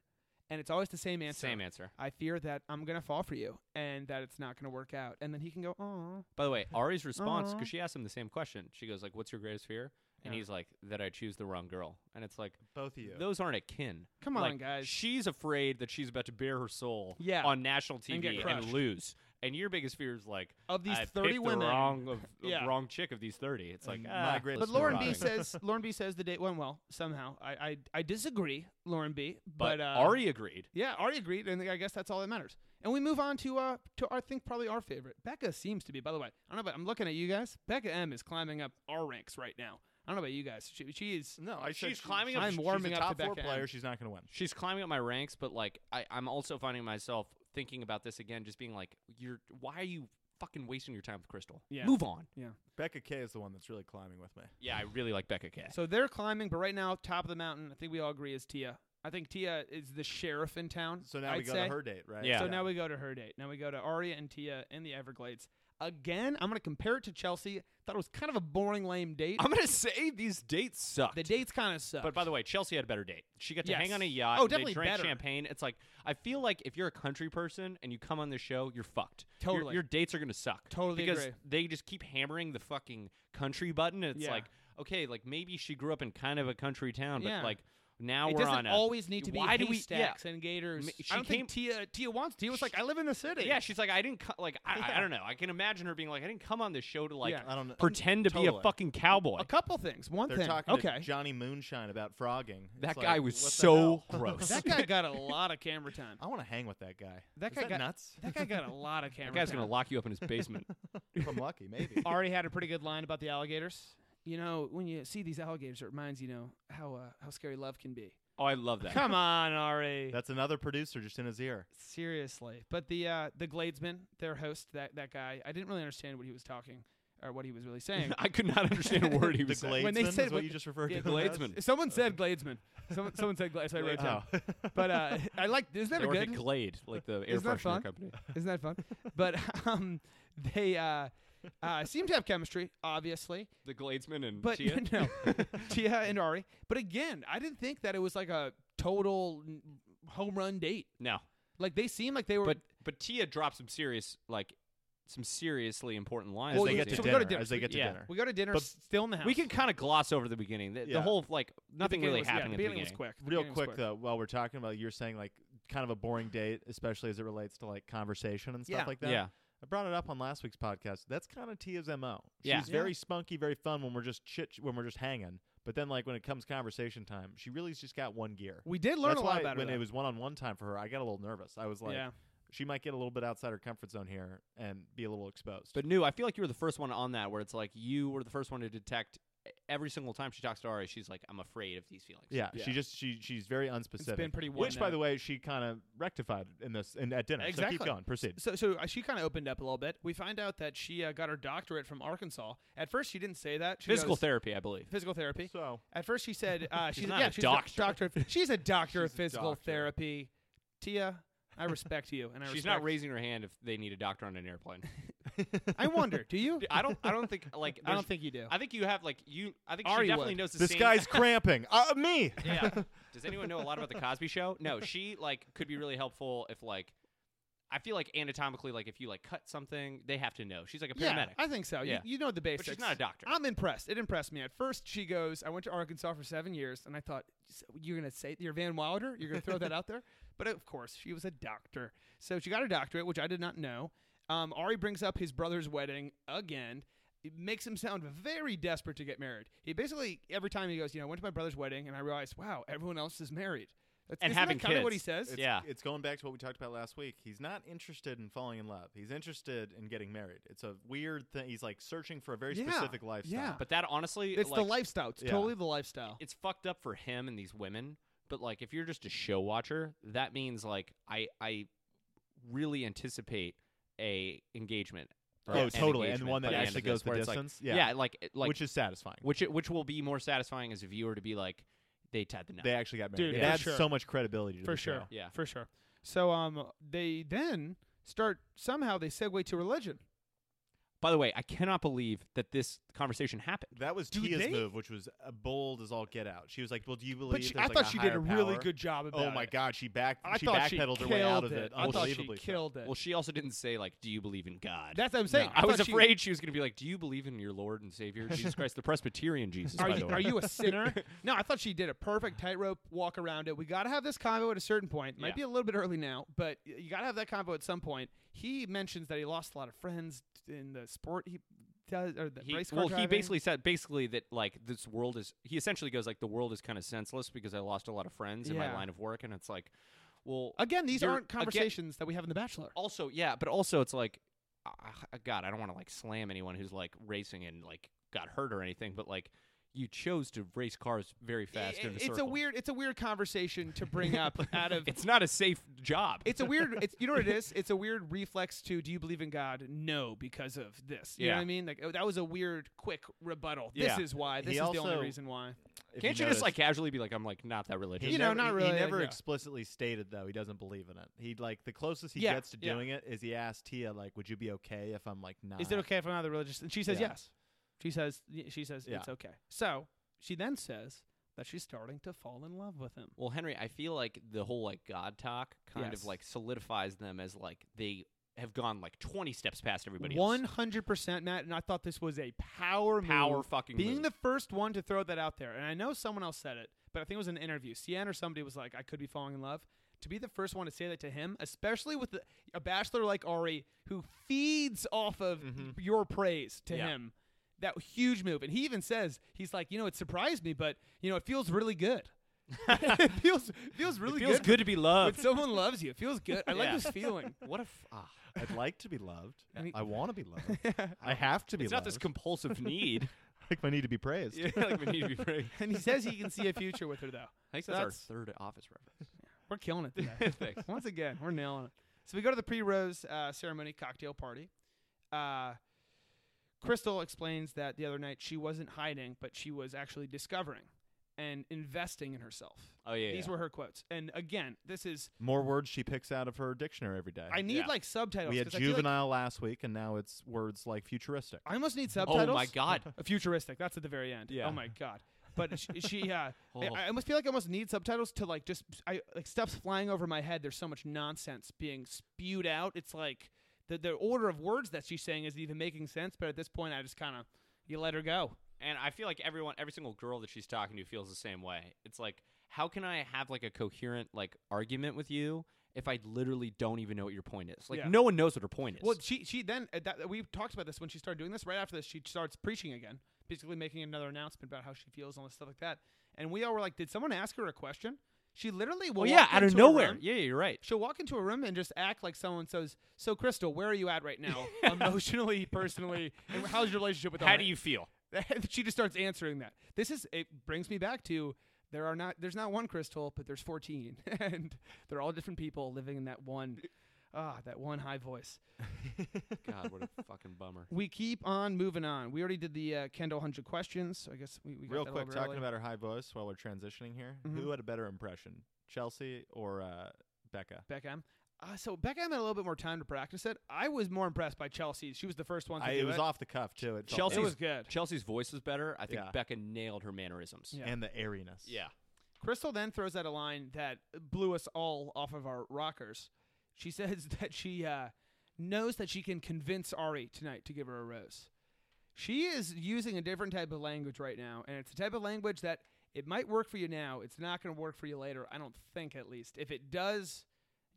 Speaker 4: And it's always the same answer.
Speaker 5: Same answer.
Speaker 4: I fear that I'm gonna fall for you, and that it's not gonna work out. And then he can go, "Oh,
Speaker 5: By the way, Ari's response,
Speaker 4: Aw.
Speaker 5: because she asked him the same question, she goes like, "What's your greatest fear?" And
Speaker 4: Yeah.
Speaker 5: he's like, "That I choose the wrong girl." And it's like,
Speaker 6: Both of you.
Speaker 5: those aren't akin.
Speaker 4: Come
Speaker 5: Like,
Speaker 4: on, guys.
Speaker 5: She's afraid that she's about to bare her soul
Speaker 4: Yeah.
Speaker 5: on national TV
Speaker 4: And get crushed.
Speaker 5: lose. And your biggest fear is like,
Speaker 4: Of these
Speaker 5: I
Speaker 4: 30
Speaker 5: picked
Speaker 4: women.
Speaker 5: the wrong of,
Speaker 4: Yeah.
Speaker 5: wrong chick of these thirty. It's like,
Speaker 6: And
Speaker 5: ah,
Speaker 6: my great-
Speaker 5: let's
Speaker 4: But
Speaker 5: move
Speaker 6: Listen
Speaker 4: Lauren
Speaker 5: on.
Speaker 4: B
Speaker 6: Rotting.
Speaker 4: says Lauren B says the date went well somehow. I I, I disagree, Lauren B. But,
Speaker 5: but
Speaker 4: uh,
Speaker 5: Ari agreed.
Speaker 4: yeah, Ari agreed, and I guess that's all that matters. And we move on to uh to our, I think probably our favorite. Becca seems to be. By the way, I don't know, about I'm looking at you guys. Becca M is climbing up our ranks right now. I don't know about you guys. She, she is
Speaker 6: no, I said
Speaker 5: She's
Speaker 6: she-
Speaker 5: climbing up-
Speaker 6: she's
Speaker 4: I'm
Speaker 6: a
Speaker 4: warming up to
Speaker 6: top four
Speaker 4: Becca M.
Speaker 6: player. She's not gonna win.
Speaker 5: She's climbing up my ranks, but like, I, I'm also finding myself thinking about this again, just being like, "You're why are you fucking wasting your time with Crystal?
Speaker 4: Yeah.
Speaker 5: Move on."
Speaker 6: Becca K is the one that's really climbing with me.
Speaker 5: Yeah, I really like Becca K.
Speaker 4: So they're climbing, but right now, top of the mountain, I think we all agree is Tia. I think Tia is the sheriff in town.
Speaker 6: So now
Speaker 4: I'd
Speaker 6: we go
Speaker 4: say.
Speaker 6: to her date, right?
Speaker 5: Yeah.
Speaker 4: So now we go to her date. Now we go to Arya and Tia in the Everglades. Again, I'm going to compare it to Chelsea. Thought it was kind of a boring, lame date.
Speaker 5: I'm gonna say these dates suck.
Speaker 4: the dates kind of suck.
Speaker 5: But by the way, Chelsea had a better date. She got to hang
Speaker 4: Yes.
Speaker 5: on a yacht.
Speaker 4: Oh, definitely
Speaker 5: they drank
Speaker 4: better.
Speaker 5: champagne. It's like I feel like if you're a country person and you come on the show, you're fucked. Your-
Speaker 4: Totally.
Speaker 5: your, dates are gonna suck.
Speaker 4: Totally
Speaker 5: because
Speaker 4: agree.
Speaker 5: they just keep hammering the fucking country button. And it's
Speaker 4: Yeah.
Speaker 5: like okay, like maybe she grew up in kind of a country town, but
Speaker 4: Yeah.
Speaker 5: like now
Speaker 4: it
Speaker 5: we're
Speaker 4: doesn't
Speaker 5: on a,
Speaker 4: always need to be
Speaker 5: why do we yeah.
Speaker 4: haystacks and gators.
Speaker 5: Ma-
Speaker 4: I
Speaker 5: she
Speaker 4: don't
Speaker 5: came-
Speaker 4: think Tia, Tia wants to. Tia was like, I live in the city.
Speaker 5: Yeah, she's like, I didn't co- like. I, I- I
Speaker 4: Yeah.
Speaker 5: don't know. I can imagine her being like, I didn't come on this show to like
Speaker 4: Yeah.
Speaker 6: I don't know.
Speaker 5: pretend to be a
Speaker 6: Totally.
Speaker 5: fucking cowboy.
Speaker 4: A couple things. One
Speaker 6: They're
Speaker 4: thing.
Speaker 6: talking
Speaker 4: okay.
Speaker 6: to Johnny Moonshine about frogging. It's
Speaker 5: That
Speaker 6: like,
Speaker 5: guy was
Speaker 6: what the
Speaker 5: so
Speaker 6: hell?
Speaker 5: gross.
Speaker 4: that guy got a lot of camera time.
Speaker 6: I want to hang with that guy.
Speaker 4: That
Speaker 6: Is
Speaker 4: guy got-
Speaker 6: nuts.
Speaker 4: That guy got a lot of camera
Speaker 5: That guy's
Speaker 4: time.
Speaker 5: gonna lock you up in his basement.
Speaker 6: if I'm lucky, maybe.
Speaker 4: Ari had a pretty good line about the alligators. You know, when you see these alligators, it reminds you know how uh, how scary love can be.
Speaker 5: oh, I love that.
Speaker 4: Come on, Ari.
Speaker 6: That's another producer just in his ear.
Speaker 4: Seriously, but the uh, the Gladesman, their host, that that guy, I didn't really understand what he was talking or what he was really saying.
Speaker 5: I could not understand a word he
Speaker 6: The
Speaker 5: was saying.
Speaker 6: Gladesman
Speaker 4: When they said
Speaker 6: is
Speaker 4: what-
Speaker 6: what you just referred
Speaker 4: yeah,
Speaker 6: to. him as?
Speaker 5: Gladesman.
Speaker 4: someone said Gladesman. Someone, someone said Glades. I wrote it down.
Speaker 6: Oh.
Speaker 4: But uh, I like isn't that a
Speaker 5: Or if
Speaker 4: good?
Speaker 5: it Glade, like the air
Speaker 4: Isn't that fun?
Speaker 5: freshener company.
Speaker 4: Isn't that fun? but um, they uh, uh, seem to have chemistry, obviously.
Speaker 5: The Gladesman and
Speaker 4: But
Speaker 5: Tia.
Speaker 4: no, Tia and Ari. But again, I didn't think that it was like a total n- home run date.
Speaker 5: no.
Speaker 4: Like they seem like they were.
Speaker 5: But but Tia dropped some serious like some seriously important lines.
Speaker 6: As
Speaker 4: Well,
Speaker 5: in
Speaker 6: they
Speaker 4: we-
Speaker 5: the
Speaker 6: get to
Speaker 4: so
Speaker 5: date.
Speaker 4: we go to
Speaker 6: dinner.
Speaker 4: dinner.
Speaker 6: As they get to
Speaker 5: Yeah.
Speaker 6: dinner.
Speaker 4: we go to dinner
Speaker 6: but-
Speaker 4: s- still in the house.
Speaker 5: we can kind of gloss over the beginning. The, the
Speaker 6: Yeah.
Speaker 5: whole like
Speaker 4: The
Speaker 5: nothing
Speaker 4: beginning
Speaker 5: really
Speaker 4: was- yeah,
Speaker 5: happening
Speaker 4: the
Speaker 5: at the
Speaker 4: beginning was
Speaker 5: beginning.
Speaker 4: quick. The
Speaker 6: Real
Speaker 4: beginning was
Speaker 6: quick uh, though, while we're talking about, it, you're saying like kind of a boring date, especially as it relates to like conversation and stuff
Speaker 4: Yeah.
Speaker 6: like that.
Speaker 5: Yeah.
Speaker 6: I brought it up on last week's podcast. That's kind of Tia's mo. She's
Speaker 5: Yeah.
Speaker 6: very spunky, very fun when we're just chit, when we're just hanging. But then like when it comes conversation time, she really's just got one gear.
Speaker 4: We did learn
Speaker 6: That's
Speaker 4: a lot
Speaker 6: why
Speaker 4: about
Speaker 6: when
Speaker 4: her.
Speaker 6: it was one on one time for her. I got a little nervous. I was like,
Speaker 4: yeah.
Speaker 6: she might get a little bit outside her comfort zone here and be a little exposed.
Speaker 5: But new, I feel like you were the first one on that where it's like you were the first one to detect e, every single time she talks to Ari, she's like, I'm afraid of these feelings.
Speaker 6: yeah,
Speaker 4: Yeah.
Speaker 6: she just she she's very unspecific.
Speaker 4: been pretty
Speaker 6: Which, by
Speaker 4: one-note.
Speaker 6: the way, she kind of rectified in this in at dinner. So
Speaker 4: Exactly.
Speaker 6: keep going, proceed.
Speaker 4: So, so uh, she kind of opened up a little bit. We find out that she uh, got her doctorate from Arkansas. At first, she didn't say that. She
Speaker 5: Physical
Speaker 4: goes-
Speaker 5: therapy, I believe.
Speaker 4: Physical therapy.
Speaker 6: So
Speaker 4: At first, she said uh, she's,
Speaker 5: She's not
Speaker 4: yeah,
Speaker 5: a
Speaker 4: she's
Speaker 5: doctor.
Speaker 4: doctor. of- She's a doctor of
Speaker 6: She's a
Speaker 4: physical
Speaker 6: doctor.
Speaker 4: therapy. Tia, I respect you, and I
Speaker 5: She's
Speaker 4: respect-
Speaker 5: not raising her hand if they need a doctor on an airplane.
Speaker 4: I wonder, do you?
Speaker 5: I don't I don't think like
Speaker 4: I
Speaker 5: there's-
Speaker 4: don't think you do.
Speaker 5: I think you have like you I think
Speaker 4: Ari
Speaker 5: she definitely
Speaker 4: would.
Speaker 5: knows the
Speaker 6: this
Speaker 5: same
Speaker 6: guy's cramping. Uh, me.
Speaker 5: Yeah. Does anyone know a lot about the Cosby Show? No, she like could be really helpful if like I feel like anatomically, like if you like cut something, they have to know. She's like a
Speaker 4: yeah,
Speaker 5: paramedic.
Speaker 4: I think so.
Speaker 5: Yeah.
Speaker 4: You, you know the
Speaker 5: she's
Speaker 4: basics.
Speaker 5: not a doctor.
Speaker 4: I'm impressed. It impressed me. At first, she goes, "I went to Arkansas for seven years," and I thought, "So "You're gonna say you're Van Wilder? You're gonna throw that out there?" But of course, she was a doctor, so she got her doctorate, which I did not know. Um, Ari brings up his brother's wedding again. It makes him sound very desperate to get married. He basically every time he goes, "You know, I went to my brother's wedding, and I realized, wow, everyone else is married." That's,
Speaker 5: And
Speaker 4: isn't
Speaker 5: having
Speaker 4: that kind of what he
Speaker 5: kids.
Speaker 4: says.
Speaker 6: It's,
Speaker 5: Yeah.
Speaker 6: it's going back to what we talked about last week. He's not interested in falling in love. He's interested in getting married. It's a weird thing. He's like searching for a very
Speaker 4: Yeah,
Speaker 6: specific lifestyle.
Speaker 4: yeah.
Speaker 5: but that honestly
Speaker 4: It's
Speaker 5: like,
Speaker 4: the lifestyle. It's
Speaker 6: Yeah.
Speaker 4: totally the lifestyle.
Speaker 5: it's fucked up for him and these women. But like if you're just a show watcher, that means like I I really anticipate a engagement or
Speaker 6: oh,
Speaker 5: an
Speaker 6: totally. And the
Speaker 5: engagement
Speaker 6: one
Speaker 5: by
Speaker 6: that
Speaker 5: the end
Speaker 6: actually
Speaker 5: of
Speaker 6: goes
Speaker 5: this,
Speaker 6: the
Speaker 5: where it's like-
Speaker 6: distance.
Speaker 5: yeah.
Speaker 6: yeah.
Speaker 5: like it- like
Speaker 6: which is satisfying.
Speaker 5: which it- which will be more satisfying as a viewer to be like they tied the knot.
Speaker 6: they actually got married.
Speaker 4: Dude,
Speaker 6: it
Speaker 4: yeah.
Speaker 6: adds
Speaker 4: for sure.
Speaker 6: so much credibility to
Speaker 4: for
Speaker 6: the
Speaker 4: sure.
Speaker 6: show.
Speaker 5: Yeah.
Speaker 4: for sure. So um, they then start somehow they segue to religion.
Speaker 5: By the way, I cannot believe that this conversation happened.
Speaker 6: That was
Speaker 4: Do
Speaker 6: Tia's
Speaker 4: they-
Speaker 6: move, which was uh, bold as all get out. She was like, "Well, do you believe?"
Speaker 4: But she,
Speaker 6: there's,
Speaker 4: I
Speaker 6: like,
Speaker 4: thought
Speaker 6: a
Speaker 4: she did a
Speaker 6: higher
Speaker 4: really
Speaker 6: power?
Speaker 4: good job. About
Speaker 6: Oh my
Speaker 4: it.
Speaker 6: god, she back
Speaker 4: I
Speaker 6: she
Speaker 4: thought she
Speaker 6: backpedaled her way out
Speaker 4: killed
Speaker 6: of
Speaker 4: it.
Speaker 6: it.
Speaker 4: I thought she
Speaker 6: Unbelievably so.
Speaker 4: killed it.
Speaker 5: Well, she also didn't say like, "Do you believe in God?"
Speaker 4: That's what I'm saying.
Speaker 5: I, was
Speaker 4: thought she-
Speaker 5: afraid she was going to be like, "Do you believe in your Lord and Savior Jesus Christ, the Presbyterian Jesus?"
Speaker 4: Are
Speaker 5: by
Speaker 4: you,
Speaker 5: the way.
Speaker 4: are you a sinner? no, I thought she did a perfect tightrope walk around it. We got to have this combo at a certain point. Might
Speaker 5: Yeah.
Speaker 4: be a little bit early now, but y- you got to have that combo at some point. He mentions that he lost a lot of friends in the sport he does or the
Speaker 5: He-
Speaker 4: race car
Speaker 5: well, he
Speaker 4: driving.
Speaker 5: basically said basically that like this world is. He essentially goes like, "The world is kind of senseless because I lost a lot of friends in
Speaker 4: Yeah.
Speaker 5: my line of work," and it's like, well,
Speaker 4: again these
Speaker 5: you're-
Speaker 4: aren't
Speaker 5: again-
Speaker 4: conversations that we have in The Bachelor.
Speaker 5: also yeah but also it's like uh, god i don't want to like slam anyone who's like racing and like got hurt or anything but like you chose to race cars very fast
Speaker 4: I-
Speaker 5: in a
Speaker 4: it's a
Speaker 5: circle.
Speaker 4: weird it's a weird conversation to bring up out of
Speaker 5: it's not a safe job
Speaker 4: It's a weird. It's you know what it is. It's a weird reflex to. Do you believe in God? No, because of this. You know
Speaker 5: Yeah.
Speaker 4: what I mean? Like oh, that was a weird, quick rebuttal.
Speaker 5: Yeah.
Speaker 4: This is why. This
Speaker 6: He
Speaker 4: is the
Speaker 6: also-
Speaker 4: only reason why.
Speaker 6: If
Speaker 5: can't you,
Speaker 6: notice-
Speaker 5: just like casually be like i'm like not that
Speaker 6: He
Speaker 5: religious
Speaker 4: You know,
Speaker 6: never-
Speaker 4: not
Speaker 6: he-
Speaker 4: really,
Speaker 6: He
Speaker 4: like,
Speaker 6: never
Speaker 4: yeah.
Speaker 6: explicitly stated though he doesn't believe in it. He like the closest he
Speaker 4: Yeah,
Speaker 6: gets to
Speaker 4: yeah.
Speaker 6: doing it is he asked Tia like, "Would you be okay if I'm like not?"
Speaker 4: Is it okay if I'm not the religious? And she says
Speaker 6: Yeah.
Speaker 4: yes. She says y- she says
Speaker 6: Yeah.
Speaker 4: it's okay. So she then says that she's starting to fall in love with him.
Speaker 5: well henry i feel like the whole like god talk kind
Speaker 4: Yes.
Speaker 5: of like solidifies them as like they have gone like 20 steps past everybody
Speaker 4: One
Speaker 5: else
Speaker 4: hundred percent, Matt. And I thought this was a power
Speaker 5: power
Speaker 4: move.
Speaker 5: fucking
Speaker 4: Being
Speaker 5: move.
Speaker 4: the first one to throw that out there, and I know someone else said it, but I think it was in an interview. Sienna or somebody was like, "I could be falling in love." To be the first one to say that to him, especially with the, a bachelor like Ari who feeds off of
Speaker 6: Mhm.
Speaker 4: your praise to
Speaker 5: Mm-hmm. Yeah.
Speaker 4: him, that huge move. And he even says, "He's like, you know, it surprised me, but you know, it feels really good. it feels feels really
Speaker 5: feels
Speaker 4: good
Speaker 5: good to be loved
Speaker 4: when someone loves you. It feels good. I like
Speaker 5: Yeah.
Speaker 4: this feeling.
Speaker 5: what if ah,
Speaker 6: I'd like to be loved.
Speaker 4: I mean-
Speaker 6: I want to be loved. I have to be.
Speaker 5: it's
Speaker 6: loved.
Speaker 5: not this compulsive need
Speaker 6: like my need to be praised.
Speaker 5: yeah, like we need to be very
Speaker 4: And he says he can see a future with her, though.
Speaker 5: I think
Speaker 4: So
Speaker 5: that's, our
Speaker 4: that's-
Speaker 5: third office reference.
Speaker 4: We're killing it today.
Speaker 5: Thanks.
Speaker 4: Once again, we're nailing it. So we go to the pre-rose uh, ceremony cocktail party. Uh, Crystal explains that the other night she wasn't hiding, but she was actually discovering and investing in herself.
Speaker 5: Oh yeah.
Speaker 4: These were her quotes. And again, this is
Speaker 6: More words she picks out of her dictionary every day.
Speaker 4: I need
Speaker 5: Yeah.
Speaker 4: like subtitles.
Speaker 6: we had
Speaker 4: 'cause I feel like-
Speaker 6: juvenile last week, and now it's words like futuristic.
Speaker 4: I almost need
Speaker 5: oh
Speaker 4: subtitles.
Speaker 5: my god.
Speaker 4: Futuristic. That's at the very end.
Speaker 6: Yeah.
Speaker 4: Oh my god. But she, she uh,
Speaker 5: Oh.
Speaker 4: I- I almost feel like I almost need subtitles to like just I like stuff's flying over my head. There's so much nonsense being spewed out. It's like the the order of words that she's saying isn't even making sense. But at this point, I just kind of you let her go.
Speaker 5: And I feel like everyone, every single girl that she's talking to feels the same way. It's like, how can I have like a coherent like argument with you if I literally don't even know what your point is? Like,
Speaker 4: Yeah.
Speaker 5: no one knows what her point is.
Speaker 4: Well, she she then uh, that, we talked about this when she started doing this. Right after this, she starts preaching again, basically making another announcement about how she feels and all this stuff like that. And we all were like, did someone ask her a question? She literally will
Speaker 5: well, Oh, yeah,
Speaker 4: walk
Speaker 5: out of
Speaker 4: into a
Speaker 5: nowhere.
Speaker 4: room-
Speaker 5: Yeah, you're right.
Speaker 4: She'll walk into a room and just act like someone says, "So, Crystal, where are you at right now, emotionally, personally? And how's your relationship with?"
Speaker 5: How
Speaker 4: Ari?"
Speaker 5: do you feel?
Speaker 4: she just starts answering that. This is it. Brings me back to there are not there's not one Crystal, but there's 14, and they're all different people living in that one. Ah, that one high voice.
Speaker 5: God, what a fucking bummer.
Speaker 4: We keep on moving on. We already did the uh, Kendall hundred questions. So I guess we, we got
Speaker 6: Real
Speaker 4: that
Speaker 6: quick,
Speaker 4: over
Speaker 6: talking
Speaker 4: early.
Speaker 6: about her high voice while we're transitioning here.
Speaker 4: Mhm.
Speaker 6: Who had a better impression, Chelsea or uh, Becca?
Speaker 4: Beckham. Uh, so Beckham had a little bit more time to practice it. I was more impressed by Chelsea. She was the first one to
Speaker 6: I,
Speaker 4: do
Speaker 6: it was
Speaker 4: it.
Speaker 6: off the cuff too. It felt
Speaker 5: Chelsea's-
Speaker 4: It
Speaker 6: like-
Speaker 4: was good.
Speaker 5: Chelsea's voice was better. I think
Speaker 6: Yeah.
Speaker 5: Becca nailed her mannerisms.
Speaker 4: Yeah.
Speaker 6: and the airiness.
Speaker 5: Yeah.
Speaker 4: Crystal then throws out a line that blew us all off of our rockers. She says that she uh, knows that she can convince Ari tonight to give her a rose. She is using a different type of language right now, and it's a type of language that it might work for you now. It's not going to work for you later. I don't think, at least. If it does,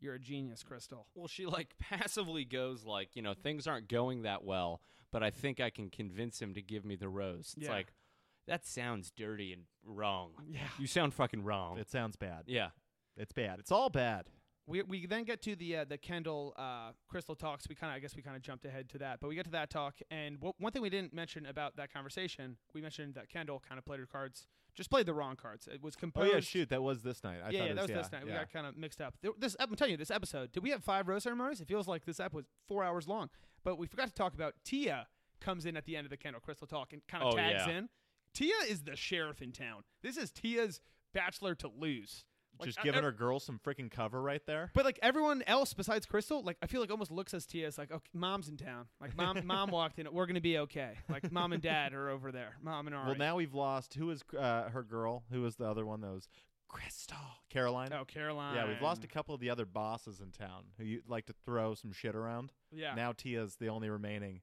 Speaker 4: you're a genius, Crystal.
Speaker 5: Well, she like passively goes like, you know, things aren't going that well, but I think I can convince him to give me the rose. It's
Speaker 4: Yeah.
Speaker 5: like that sounds dirty and wrong.
Speaker 4: Yeah.
Speaker 5: You sound fucking wrong.
Speaker 6: It sounds bad.
Speaker 5: yeah.
Speaker 6: It's bad. It's all bad.
Speaker 4: We, we then get to the uh, the Kendall uh, Crystal talks. We kind of I guess we kind of jumped ahead to that, but we get to that talk. And what, one thing we didn't mention about that conversation, we mentioned that Kendall kind of played her cards, just played the wrong cards. It was
Speaker 6: Oh
Speaker 4: composed.
Speaker 6: yeah, shoot, that was this night.
Speaker 4: yeah,
Speaker 6: I thought
Speaker 4: yeah,
Speaker 6: it
Speaker 4: that
Speaker 6: was,
Speaker 4: was
Speaker 6: yeah,
Speaker 4: this night. We
Speaker 6: yeah.
Speaker 4: got kind of mixed up. There- This I'm telling you, this episode. Did we have five rose ceremonies? It feels like this app was four hours long. But we forgot to talk about Tia comes in at the end of the Kendall Crystal talk and kind of
Speaker 5: Oh,
Speaker 4: tags
Speaker 5: yeah.
Speaker 4: in. Tia is the sheriff in town. This is Tia's bachelor to lose. Like,
Speaker 6: just
Speaker 4: I-
Speaker 6: giving
Speaker 4: I-
Speaker 6: her girl some freaking cover right there.
Speaker 4: But like everyone else besides Crystal, like I feel like almost looks as Tia as like, okay, mom's in town. Like mom, mom walked in. We're gonna be okay. Like mom and dad are over there. Mom and Ari.
Speaker 6: well, now we've lost. Who is uh, her girl? Who was the other one? That was Crystal Caroline.
Speaker 4: oh Caroline.
Speaker 6: Yeah, we've lost a couple of the other bosses in town who you like to throw some shit around.
Speaker 4: Yeah,
Speaker 6: Now Tia's the only remaining,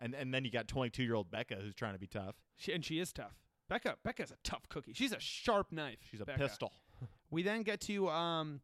Speaker 6: and and then you got 22 year old Becca who's trying to be tough.
Speaker 4: she, and she is tough. Becca, Becca's a tough cookie. She's a sharp knife.
Speaker 6: She's a
Speaker 4: Becca.
Speaker 6: pistol.
Speaker 4: We then get to um,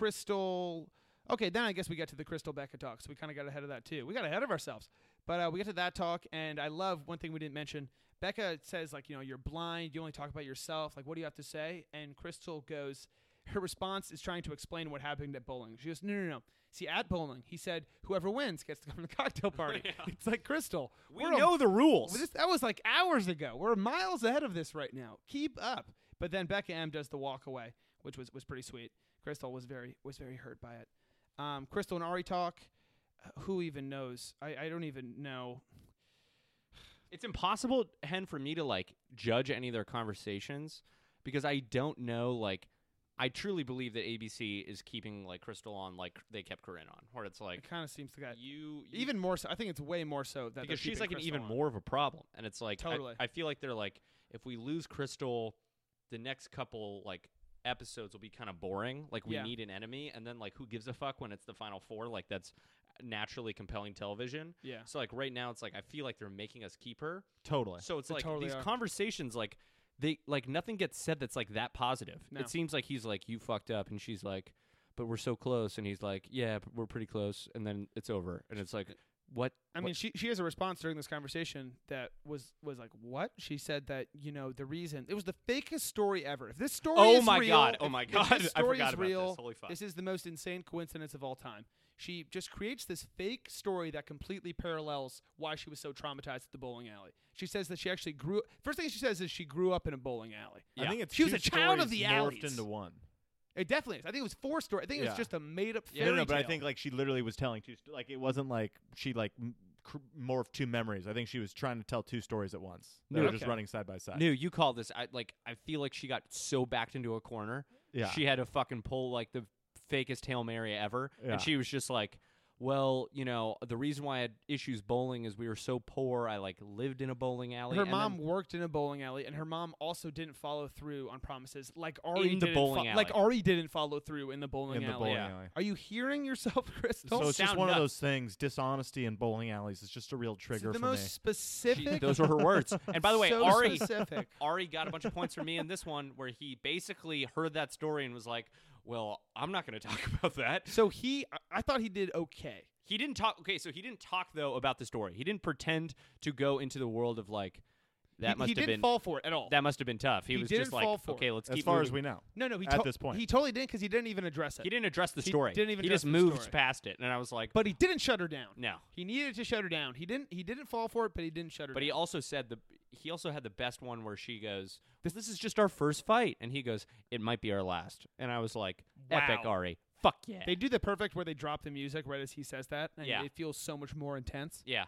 Speaker 4: Crystal. Okay, then I guess we get to the Crystal Becca talk. So we kind of got ahead of that too. We got ahead of ourselves, but uh, we get to that talk, and I love one thing we didn't mention. Becca says like, you know, you're blind. You only talk about yourself. Like, what do you have to say? And Crystal goes. Her response is trying to explain what happened at bowling. She goes, no, no, no. See, at bowling, he said whoever wins gets to come to the cocktail party. It's like Crystal.
Speaker 5: We
Speaker 4: we're a
Speaker 5: know the rules.
Speaker 4: well, this, that was like hours ago. We're miles ahead of this right now. Keep up. But then Becca M does the walk away, which was, was pretty sweet. Crystal was very was very hurt by it. Um, Crystal and Ari talk. Uh, Who even knows? I, I don't even know.
Speaker 5: it's impossible, Hen, for me to like judge any of their conversations because I don't know. Like, I truly believe that ABC is keeping like Crystal on, like they kept Corinne on, where it's like
Speaker 4: It kind of seems like that.
Speaker 5: you, you
Speaker 4: Even more so. I think it's way more so that they're
Speaker 5: because she's
Speaker 4: keeping
Speaker 5: like an
Speaker 4: Crystal
Speaker 5: even
Speaker 4: on.
Speaker 5: more of a problem, and it's like I-
Speaker 4: Totally.
Speaker 5: I, feel like they're like if we lose Crystal, the next couple like episodes will be kind of boring. Like we
Speaker 4: Yeah.
Speaker 5: need an enemy, and then like who gives a fuck when it's the final four? Like that's naturally compelling television.
Speaker 4: Yeah.
Speaker 5: So like right now, it's like I feel like they're making us keep her.
Speaker 6: Totally.
Speaker 5: So it's
Speaker 4: They
Speaker 5: like
Speaker 4: totally
Speaker 5: these
Speaker 4: are.
Speaker 5: conversations, like they like nothing gets said that's like that positive.
Speaker 4: No.
Speaker 5: It seems like he's like you fucked up, and she's like, but we're so close, and he's like, yeah, but we're pretty close, and then it's over, and it's like, what?
Speaker 4: I
Speaker 5: what-
Speaker 4: mean, she she has a response during this conversation that was was like, "What?" She said that you know the reason it was the fakest story ever. If this story,
Speaker 5: Oh
Speaker 4: is
Speaker 5: my
Speaker 4: real-
Speaker 5: God.
Speaker 4: if-
Speaker 5: Oh my
Speaker 4: if
Speaker 5: God.
Speaker 4: this
Speaker 5: I
Speaker 4: story
Speaker 5: forgot
Speaker 4: is
Speaker 5: about this.
Speaker 4: real,
Speaker 5: Holy fuck.
Speaker 4: This is the most insane coincidence of all time. She just creates this fake story that completely parallels why she was so traumatized at the bowling alley. She says that she actually grew. First thing she says is she grew up in a bowling alley.
Speaker 6: I think it's
Speaker 4: She was
Speaker 6: two
Speaker 4: a child of
Speaker 6: stories
Speaker 4: the
Speaker 6: morphed
Speaker 4: alleys.
Speaker 6: into one.
Speaker 4: It definitely is. I think it was four story. I think it
Speaker 6: Yeah.
Speaker 4: was just a made up.
Speaker 6: no, no, but I think like she literally was telling two. St- like it wasn't like she like m- cr- morphed two memories. I think she was trying to tell two stories at once. They
Speaker 5: No.
Speaker 6: were just
Speaker 4: Okay.
Speaker 6: running side by side.
Speaker 5: No, you call this. I like. I feel like she got so backed into a corner.
Speaker 6: Yeah.
Speaker 5: She had to fucking pull like the fakest hail mary ever,
Speaker 6: Yeah.
Speaker 5: and she was just like, "Well, you know, the reason why I had issues bowling is we were so poor. I like lived in a bowling alley.
Speaker 4: Her
Speaker 5: and then-
Speaker 4: mom worked in a bowling alley, and her mom also didn't follow through on promises, like Ari
Speaker 5: In the
Speaker 4: didn't
Speaker 5: bowling
Speaker 4: fo-
Speaker 5: alley.
Speaker 4: Like Ari didn't follow through in the bowling
Speaker 6: In the
Speaker 4: alley.
Speaker 6: bowling Yeah. alley.
Speaker 4: Are you hearing yourself, Crystal?
Speaker 6: So it's just
Speaker 5: sound
Speaker 6: one of
Speaker 5: nuts.
Speaker 6: those things. Dishonesty in bowling alleys is just a real
Speaker 4: It's
Speaker 6: trigger
Speaker 4: the
Speaker 6: for
Speaker 4: most
Speaker 6: me.
Speaker 5: She-
Speaker 4: specific.
Speaker 5: those were her words. And by the way,
Speaker 4: so
Speaker 5: Ari
Speaker 4: specific.
Speaker 5: Ari got a bunch of points from me in this one where he basically heard that story and was like, "Well, I'm not going to talk about that."
Speaker 4: So he, I- I thought he did okay.
Speaker 5: He didn't talk. Okay, so he didn't talk though about the story. He didn't pretend to go into the world of like that
Speaker 4: he,
Speaker 5: must
Speaker 4: he
Speaker 5: have
Speaker 4: didn't
Speaker 5: been
Speaker 4: fall for it at all.
Speaker 5: that must have been tough. He,
Speaker 4: He
Speaker 5: was
Speaker 4: didn't
Speaker 5: just
Speaker 4: fall
Speaker 5: like,
Speaker 4: for
Speaker 5: "Okay,
Speaker 4: it.
Speaker 5: let's
Speaker 6: As
Speaker 5: keep
Speaker 6: far
Speaker 5: moving.
Speaker 6: as we know.
Speaker 4: no, no. He
Speaker 6: at
Speaker 4: to-
Speaker 6: this point.
Speaker 4: he totally didn't because he didn't even address it.
Speaker 5: He didn't address the
Speaker 4: He
Speaker 5: story.
Speaker 4: didn't even
Speaker 5: He
Speaker 4: address
Speaker 5: just
Speaker 4: the
Speaker 5: moved
Speaker 4: story.
Speaker 5: past it, and I was like,
Speaker 4: but he didn't shut her down.
Speaker 5: "No."
Speaker 4: He needed to shut her down. He didn't. He didn't fall for it, but he didn't shut her
Speaker 5: But
Speaker 4: down.
Speaker 5: he also said the he also had the best one where she goes, "This this is just our first fight," and he goes, "It might be our last." And I was like, "Epic,
Speaker 4: Wow.
Speaker 5: Ari, fuck yeah,
Speaker 4: They do the perfect where they drop the music right as he says that, and
Speaker 5: Yeah.
Speaker 4: it feels so much more intense.
Speaker 5: yeah."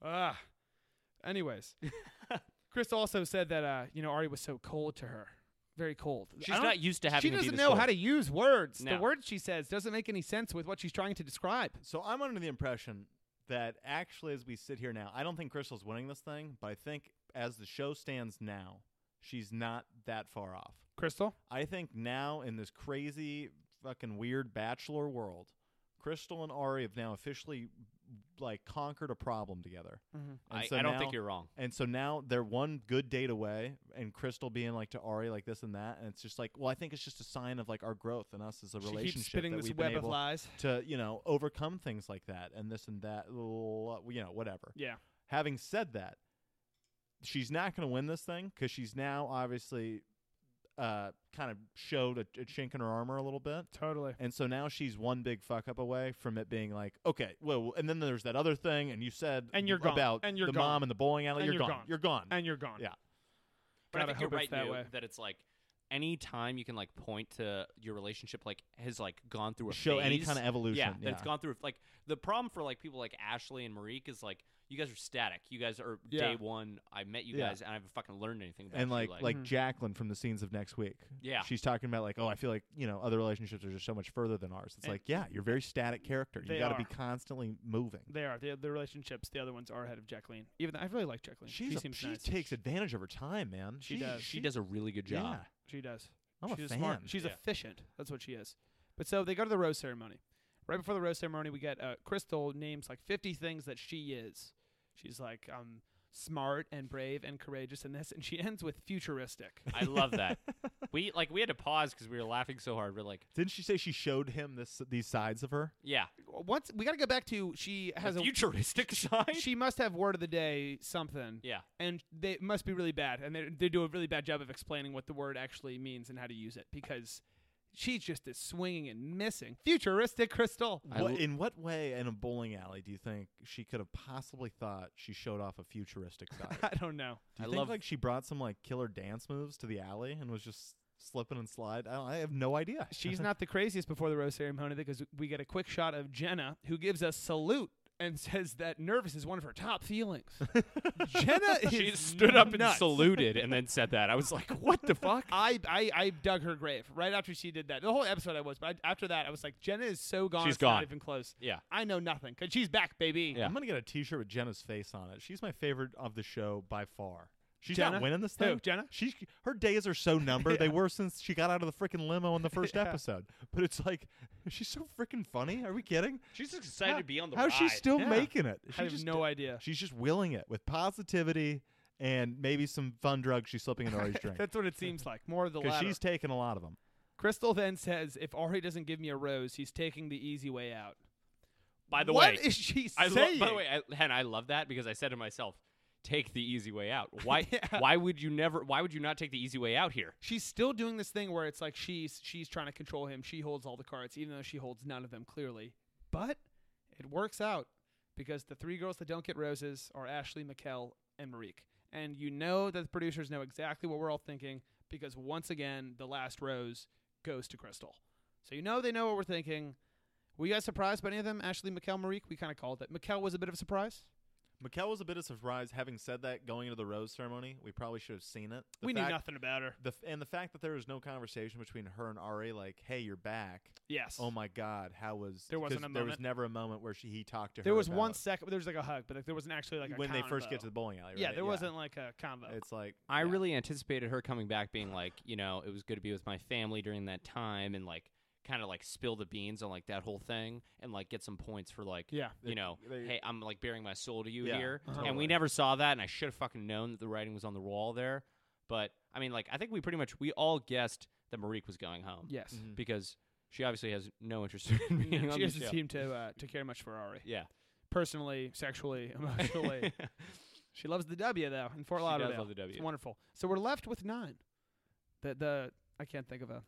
Speaker 4: Ah. Anyways, Chris also said that uh, you know Ari was so cold to her, very cold. I
Speaker 5: She's
Speaker 4: don't-
Speaker 5: not used to having.
Speaker 4: She
Speaker 5: to do
Speaker 4: doesn't
Speaker 5: this
Speaker 4: know
Speaker 5: cold.
Speaker 4: how to use words. The
Speaker 5: No.
Speaker 4: words she says doesn't make any sense with what she's trying to describe.
Speaker 6: So I'm under the impression that actually, as we sit here now, I don't think Crystal's winning this thing, but I think as the show stands now, she's not that far off.
Speaker 4: Crystal,
Speaker 6: I think now in this crazy, fucking weird bachelor world, Crystal and Ari have now officially like conquered a problem together.
Speaker 4: Mm-hmm.
Speaker 6: And
Speaker 5: I,
Speaker 6: so
Speaker 5: I don't
Speaker 6: now-
Speaker 5: think you're wrong.
Speaker 6: And so now they're one good date away, and Crystal being like to Ari like this and that, and it's just like, well, I think it's just a sign of like our growth and us as a
Speaker 4: she
Speaker 6: relationship
Speaker 4: keeps spinning
Speaker 6: that
Speaker 4: this
Speaker 6: we've
Speaker 4: web
Speaker 6: been
Speaker 4: of
Speaker 6: able
Speaker 4: lies.
Speaker 6: to you know overcome things like that and this and that, l- you know, whatever.
Speaker 4: Yeah,
Speaker 6: Having said that, she's not going to win this thing because she's now obviously uh, kind of showed a, a chink in her armor a little bit.
Speaker 4: Totally.
Speaker 6: And so now she's one big fuck up away from it being like, okay, well, and then there's that other thing, and you said
Speaker 4: And you're gone.
Speaker 6: about
Speaker 4: And you're
Speaker 6: the
Speaker 4: gone.
Speaker 6: mom and the bowling alley.
Speaker 4: And
Speaker 6: you're,
Speaker 4: you're
Speaker 6: gone.
Speaker 4: gone.
Speaker 6: You're gone.
Speaker 4: And you're gone.
Speaker 6: Yeah.
Speaker 4: God,
Speaker 5: But I
Speaker 4: I
Speaker 5: think you're
Speaker 4: hope
Speaker 5: right
Speaker 4: it's that
Speaker 5: Newt,
Speaker 4: way.
Speaker 5: that it's like any time you can like point to your relationship like has like gone through a
Speaker 6: Show any
Speaker 5: phase,
Speaker 6: kind of evolution.
Speaker 5: Yeah, that it's gone through like the problem for like people like Ashley and Marique is like you guys are static. You guys are
Speaker 4: Yeah.
Speaker 5: day one. I met you
Speaker 6: Yeah.
Speaker 5: guys and I haven't fucking learned anything about
Speaker 6: And
Speaker 5: you,
Speaker 6: like
Speaker 5: like,
Speaker 6: like, Jacqueline from the scenes of next week.
Speaker 5: Yeah.
Speaker 6: She's talking about like, oh, I feel like, you know, other relationships are just so much further than ours. It's
Speaker 4: And-
Speaker 6: like, yeah, you're a very static character. You
Speaker 4: They
Speaker 6: gotta be
Speaker 4: are.
Speaker 6: constantly moving.
Speaker 4: They are. The, the relationships, the other ones are ahead of Jacqueline. Even though I really like Jacqueline.
Speaker 6: She's
Speaker 4: she
Speaker 6: a-
Speaker 4: seems
Speaker 6: she
Speaker 4: nice.
Speaker 6: takes advantage of her time, man.
Speaker 4: She does.
Speaker 5: she does a really good
Speaker 6: Yeah.
Speaker 5: job.
Speaker 4: She does.
Speaker 6: I'm a
Speaker 4: She's
Speaker 6: fan.
Speaker 4: smart. She's
Speaker 5: Yeah.
Speaker 4: efficient. That's what she is. But so they go to the rose ceremony. Right before the rose ceremony, we get uh, Crystal names like 50 things that she is. She's like, um, smart and brave and courageous and this, and she ends with futuristic.
Speaker 5: I love that. we like we had to pause because we were laughing so hard. We're like,
Speaker 6: Didn't she say she showed him this these sides of her?
Speaker 5: yeah,
Speaker 4: Once we got to go back to she has
Speaker 5: the
Speaker 4: a
Speaker 5: futuristic side.
Speaker 4: she must have word of the day something,
Speaker 5: yeah,
Speaker 4: and they must be really bad, and they they do a really bad job of explaining what the word actually means and how to use it because she's just is swinging and missing futuristic crystal.
Speaker 5: I
Speaker 6: What,
Speaker 5: l-
Speaker 6: in what way in a bowling alley do you think she could have possibly thought she showed off a futuristic side?
Speaker 4: I don't know.
Speaker 6: Do
Speaker 5: I
Speaker 6: you think
Speaker 5: love-
Speaker 6: like she brought some like killer dance moves to the alley and was just slipping and slide? I, don't, I have no idea.
Speaker 4: She's
Speaker 5: Uh-huh.
Speaker 4: not the craziest before the rose ceremony because we get a quick shot of Jenna who gives a salute and says that nervous is one of her top feelings. Jenna is
Speaker 5: she stood up and
Speaker 4: nuts.
Speaker 5: saluted and then said that. I was like, what the fuck?
Speaker 4: I, I I dug her grave right after she did that. The whole episode I was, but I, after that I was like, Jenna is so gone.
Speaker 5: She's
Speaker 4: it's
Speaker 5: gone.
Speaker 4: Not even close.
Speaker 5: Yeah.
Speaker 4: I know nothing because she's back, baby.
Speaker 5: Yeah.
Speaker 6: I'm gonna get a T-shirt with Jenna's face on it. She's my favorite of the show by far. She's
Speaker 4: Jenna?
Speaker 6: not winning this
Speaker 4: Who,
Speaker 6: thing.
Speaker 4: Jenna?
Speaker 6: She her days are so numbered. They were since she got out of the freaking limo in the first episode. But it's like she's so freaking funny. Are we kidding?
Speaker 5: She's just excited
Speaker 6: How-
Speaker 5: to be on the
Speaker 6: How's she
Speaker 5: ride.
Speaker 6: still
Speaker 4: Yeah.
Speaker 6: making it? She
Speaker 4: I have
Speaker 6: just
Speaker 4: no idea.
Speaker 6: She's just willing it with positivity and maybe some fun drugs she's slipping into Ari's drink.
Speaker 4: That's what it seems like. More of the
Speaker 6: Because
Speaker 4: latter.
Speaker 6: she's taking a lot of them.
Speaker 4: Crystal then says, "If Ari doesn't give me a rose, he's taking the easy way out."
Speaker 5: By the way,
Speaker 4: what is she
Speaker 5: I lo-
Speaker 4: saying?
Speaker 5: by the way, I, Hen, I love that because I said to myself, "Take the easy way out." Why?
Speaker 4: Yeah.
Speaker 5: Why would you never? Why would you not take the easy way out here?
Speaker 4: she's still doing this thing where it's like she's she's trying to control him. She holds all the cards, even though she holds none of them clearly. But it works out because the three girls that don't get roses are Ashley, Mikkel, and Marique. And you know that the producers know exactly what we're all thinking because once again, the last rose goes to Crystal. So you know they know what we're thinking. Were you guys surprised by any of them? Ashley, Mikkel, Marique? We kind of called it. Mikkel was a bit of a surprise.
Speaker 6: Mikkel was a bit of surprise. Having said that, going into the rose ceremony, we probably should have seen it. The
Speaker 4: we
Speaker 6: fact-
Speaker 4: knew nothing about her.
Speaker 6: The, f- and the fact that there was no conversation between her and Ari, like, "Hey, you're back."
Speaker 4: Yes.
Speaker 6: Oh my God, how was
Speaker 4: There wasn't
Speaker 6: 'cause
Speaker 4: a
Speaker 6: there was
Speaker 4: moment.
Speaker 6: never a moment where she he talked to her.
Speaker 4: there was
Speaker 6: about
Speaker 4: one second. There was like a hug, but like there wasn't actually like a
Speaker 6: when they first
Speaker 4: convo.
Speaker 6: get to the bowling alley.
Speaker 4: Yeah,
Speaker 6: right?
Speaker 4: there wasn't like a combo.
Speaker 6: It's like
Speaker 5: I
Speaker 6: yeah.
Speaker 5: really anticipated her coming back, being like, you know, it was good to be with my family during that time, and like, kind of like spill the beans on like that whole thing, and like get some points for like,
Speaker 4: Yeah.
Speaker 5: you know,
Speaker 6: they-
Speaker 5: hey, I'm like bearing my soul to you
Speaker 6: Yeah,
Speaker 5: here, and
Speaker 6: totally.
Speaker 5: we never saw that, and I should have fucking known that the writing was on the wall there. But I mean, like, I think we pretty much we all guessed that Marique was going home.
Speaker 4: yes.
Speaker 5: because she obviously has no interest in being on
Speaker 4: she
Speaker 5: the
Speaker 4: doesn't
Speaker 5: show.
Speaker 4: seem to uh, to care much for Ari.
Speaker 5: Yeah.
Speaker 4: Personally, sexually, emotionally. she loves the W though in Fort
Speaker 5: She does
Speaker 4: Lauderdale.
Speaker 5: love the W.
Speaker 4: It's wonderful. So we're left with nine. The the I can't think of a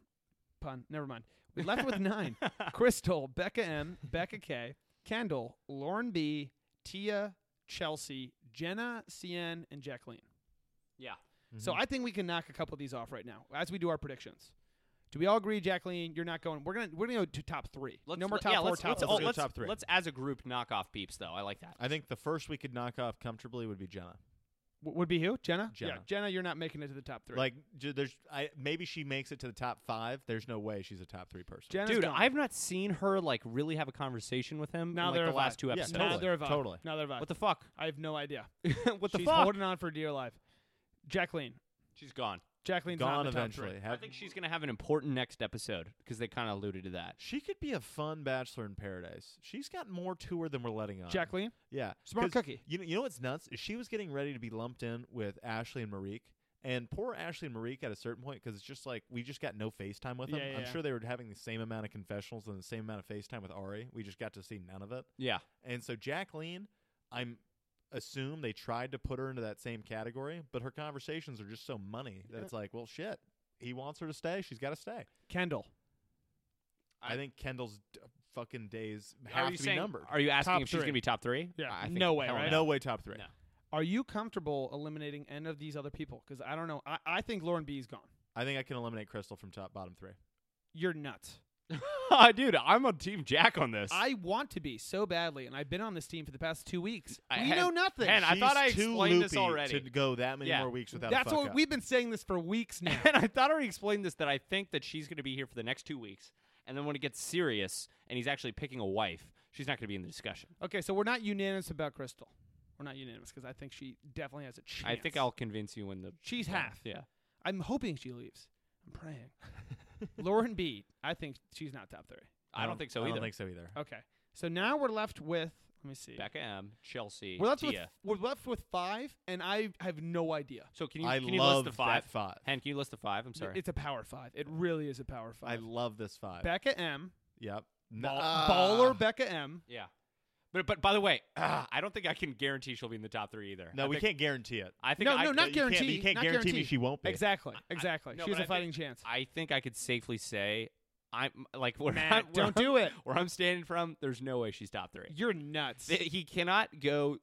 Speaker 4: pun. Never mind. We're left with nine. Crystal, Becca M, Becca K, Kendall, Lauren B, Tia, Chelsea, Jenna, CN, and Jacqueline.
Speaker 5: yeah.
Speaker 6: Mm-hmm.
Speaker 4: So I think we can knock a couple of these off right now as we do our predictions. Do we all agree, Jacqueline? You're not going. We're gonna we're gonna go to top three. no more top
Speaker 5: yeah,
Speaker 4: four,
Speaker 5: let's,
Speaker 4: top
Speaker 5: let's,
Speaker 4: three.
Speaker 5: oh,
Speaker 6: three.
Speaker 5: let's-
Speaker 6: Top three.
Speaker 5: Let's as a group knock off peeps though. I like that.
Speaker 6: I think the first we could knock off comfortably would be Jenna.
Speaker 4: W- would be who? Jenna? Yeah,
Speaker 6: Jenna.
Speaker 4: Jenna, you're not making it to the top three.
Speaker 6: Like, j- there's I maybe she makes it to the top five. There's no way she's a top three person.
Speaker 4: Jenna's
Speaker 5: Dude,
Speaker 4: gone.
Speaker 5: I've not seen her like really have a conversation with him
Speaker 4: Neither
Speaker 5: in like
Speaker 4: have
Speaker 5: the
Speaker 4: I.
Speaker 5: last two
Speaker 6: Yeah,
Speaker 5: episodes.
Speaker 6: totally.
Speaker 4: neither have I.
Speaker 6: totally.
Speaker 4: Neither have I.
Speaker 5: What the fuck?
Speaker 4: I have no idea.
Speaker 5: what the
Speaker 4: she's
Speaker 5: fuck?
Speaker 4: holding on for dear life. Jacqueline.
Speaker 5: She's gone.
Speaker 4: Jacqueline's not in
Speaker 6: Gone
Speaker 4: the top
Speaker 6: eventually.
Speaker 4: three.
Speaker 5: I
Speaker 6: Have-
Speaker 5: think she's gonna have an important next episode because they kind of alluded to that.
Speaker 6: She could be a fun bachelor in paradise. She's got more to her than we're letting on.
Speaker 4: Jacqueline.
Speaker 6: Yeah.
Speaker 4: Smart
Speaker 6: 'Cause
Speaker 4: cookie.
Speaker 6: You know, you know what's nuts? Is She was getting ready to be lumped in with Ashley and Marique. And poor Ashley and Marique at a certain point, because it's just like we just got no FaceTime with them.
Speaker 4: Yeah, yeah,
Speaker 6: I'm
Speaker 4: yeah.
Speaker 6: sure they were having the same amount of confessionals and the same amount of FaceTime with Ari. We just got to see none of it.
Speaker 5: Yeah.
Speaker 6: And so Jacqueline, I'm assume they tried to put her into that same category, but her conversations are just so money that it's like, well, shit. he wants her to stay. She's got to stay.
Speaker 4: Kendall.
Speaker 6: I, think Kendall's d- fucking days
Speaker 5: Are
Speaker 6: have
Speaker 5: you
Speaker 6: to
Speaker 5: saying-
Speaker 6: be numbered.
Speaker 5: Are you asking
Speaker 4: Top
Speaker 5: if she's
Speaker 4: three.
Speaker 5: gonna be top three?
Speaker 4: Yeah.
Speaker 5: I think
Speaker 4: No way,
Speaker 5: hell
Speaker 4: right?
Speaker 6: no way, top three.
Speaker 5: No.
Speaker 4: Are you comfortable eliminating any of these other people? Because I don't know. I, I think Lauren B is gone.
Speaker 6: I think I can eliminate Crystal from top bottom three.
Speaker 4: You're nuts.
Speaker 5: Dude, I'm on Team Jack on this.
Speaker 4: I want to be so badly, and I've been on this team for the past two weeks.
Speaker 5: I
Speaker 4: we
Speaker 5: had-
Speaker 4: know nothing.
Speaker 5: and I
Speaker 6: She's
Speaker 5: thought I
Speaker 6: too
Speaker 5: explained this
Speaker 6: loopy
Speaker 5: already.
Speaker 6: To go that many
Speaker 5: Yeah.
Speaker 6: more weeks without.
Speaker 4: That's
Speaker 6: a fuck
Speaker 4: what
Speaker 6: up.
Speaker 4: we've been saying this for weeks now.
Speaker 5: and I thought I already explained this that I think that she's going to be here for the next two weeks, and then when it gets serious and he's actually picking a wife, she's not going to be in the discussion.
Speaker 4: okay, so we're not unanimous about Crystal. We're not unanimous because I think she definitely has a chance.
Speaker 5: I think I'll convince you when the
Speaker 4: She's half.
Speaker 5: Yeah,
Speaker 4: I'm hoping she leaves. I'm praying. Lauren B. I think she's not top three.
Speaker 5: I, don't, think so
Speaker 6: I
Speaker 5: either. Oh,
Speaker 6: don't think so either.
Speaker 4: Okay, so now we're left with. Let me see.
Speaker 5: Becca M, Chelsea,
Speaker 4: We're left with
Speaker 5: Tia.
Speaker 4: we're left with five, and I have no idea.
Speaker 5: So can you
Speaker 6: I
Speaker 5: can you
Speaker 6: love
Speaker 5: list the five?
Speaker 6: that five.
Speaker 5: Hen, can you list the five? I'm sorry.
Speaker 4: It's a power five. It really is a power
Speaker 6: I
Speaker 4: five.
Speaker 6: love this five.
Speaker 4: Becca M.
Speaker 6: yep. ah.
Speaker 4: Ball,
Speaker 5: Uh,
Speaker 6: Nah.
Speaker 4: baller Becca M.
Speaker 5: yeah, but but by the way, I don't think I can guarantee she'll be in the top three either.
Speaker 6: No,
Speaker 5: I
Speaker 6: we
Speaker 5: think-
Speaker 6: can't guarantee it.
Speaker 5: I think
Speaker 4: No,
Speaker 5: I,
Speaker 4: no, not
Speaker 6: you can't- you
Speaker 4: guarantee.
Speaker 6: can't
Speaker 4: not
Speaker 6: guarantee me
Speaker 4: guarantee.
Speaker 6: she won't be.
Speaker 4: Exactly. Exactly.
Speaker 5: no,
Speaker 4: she has
Speaker 5: but
Speaker 4: a
Speaker 5: I
Speaker 4: fighting
Speaker 5: think-
Speaker 4: chance.
Speaker 5: I think I could safely say I'm like where I,
Speaker 4: Matt, don't
Speaker 5: where-
Speaker 4: do it.
Speaker 5: Where I'm standing from, there's no way she's top three.
Speaker 4: You're nuts.
Speaker 5: Th- he cannot go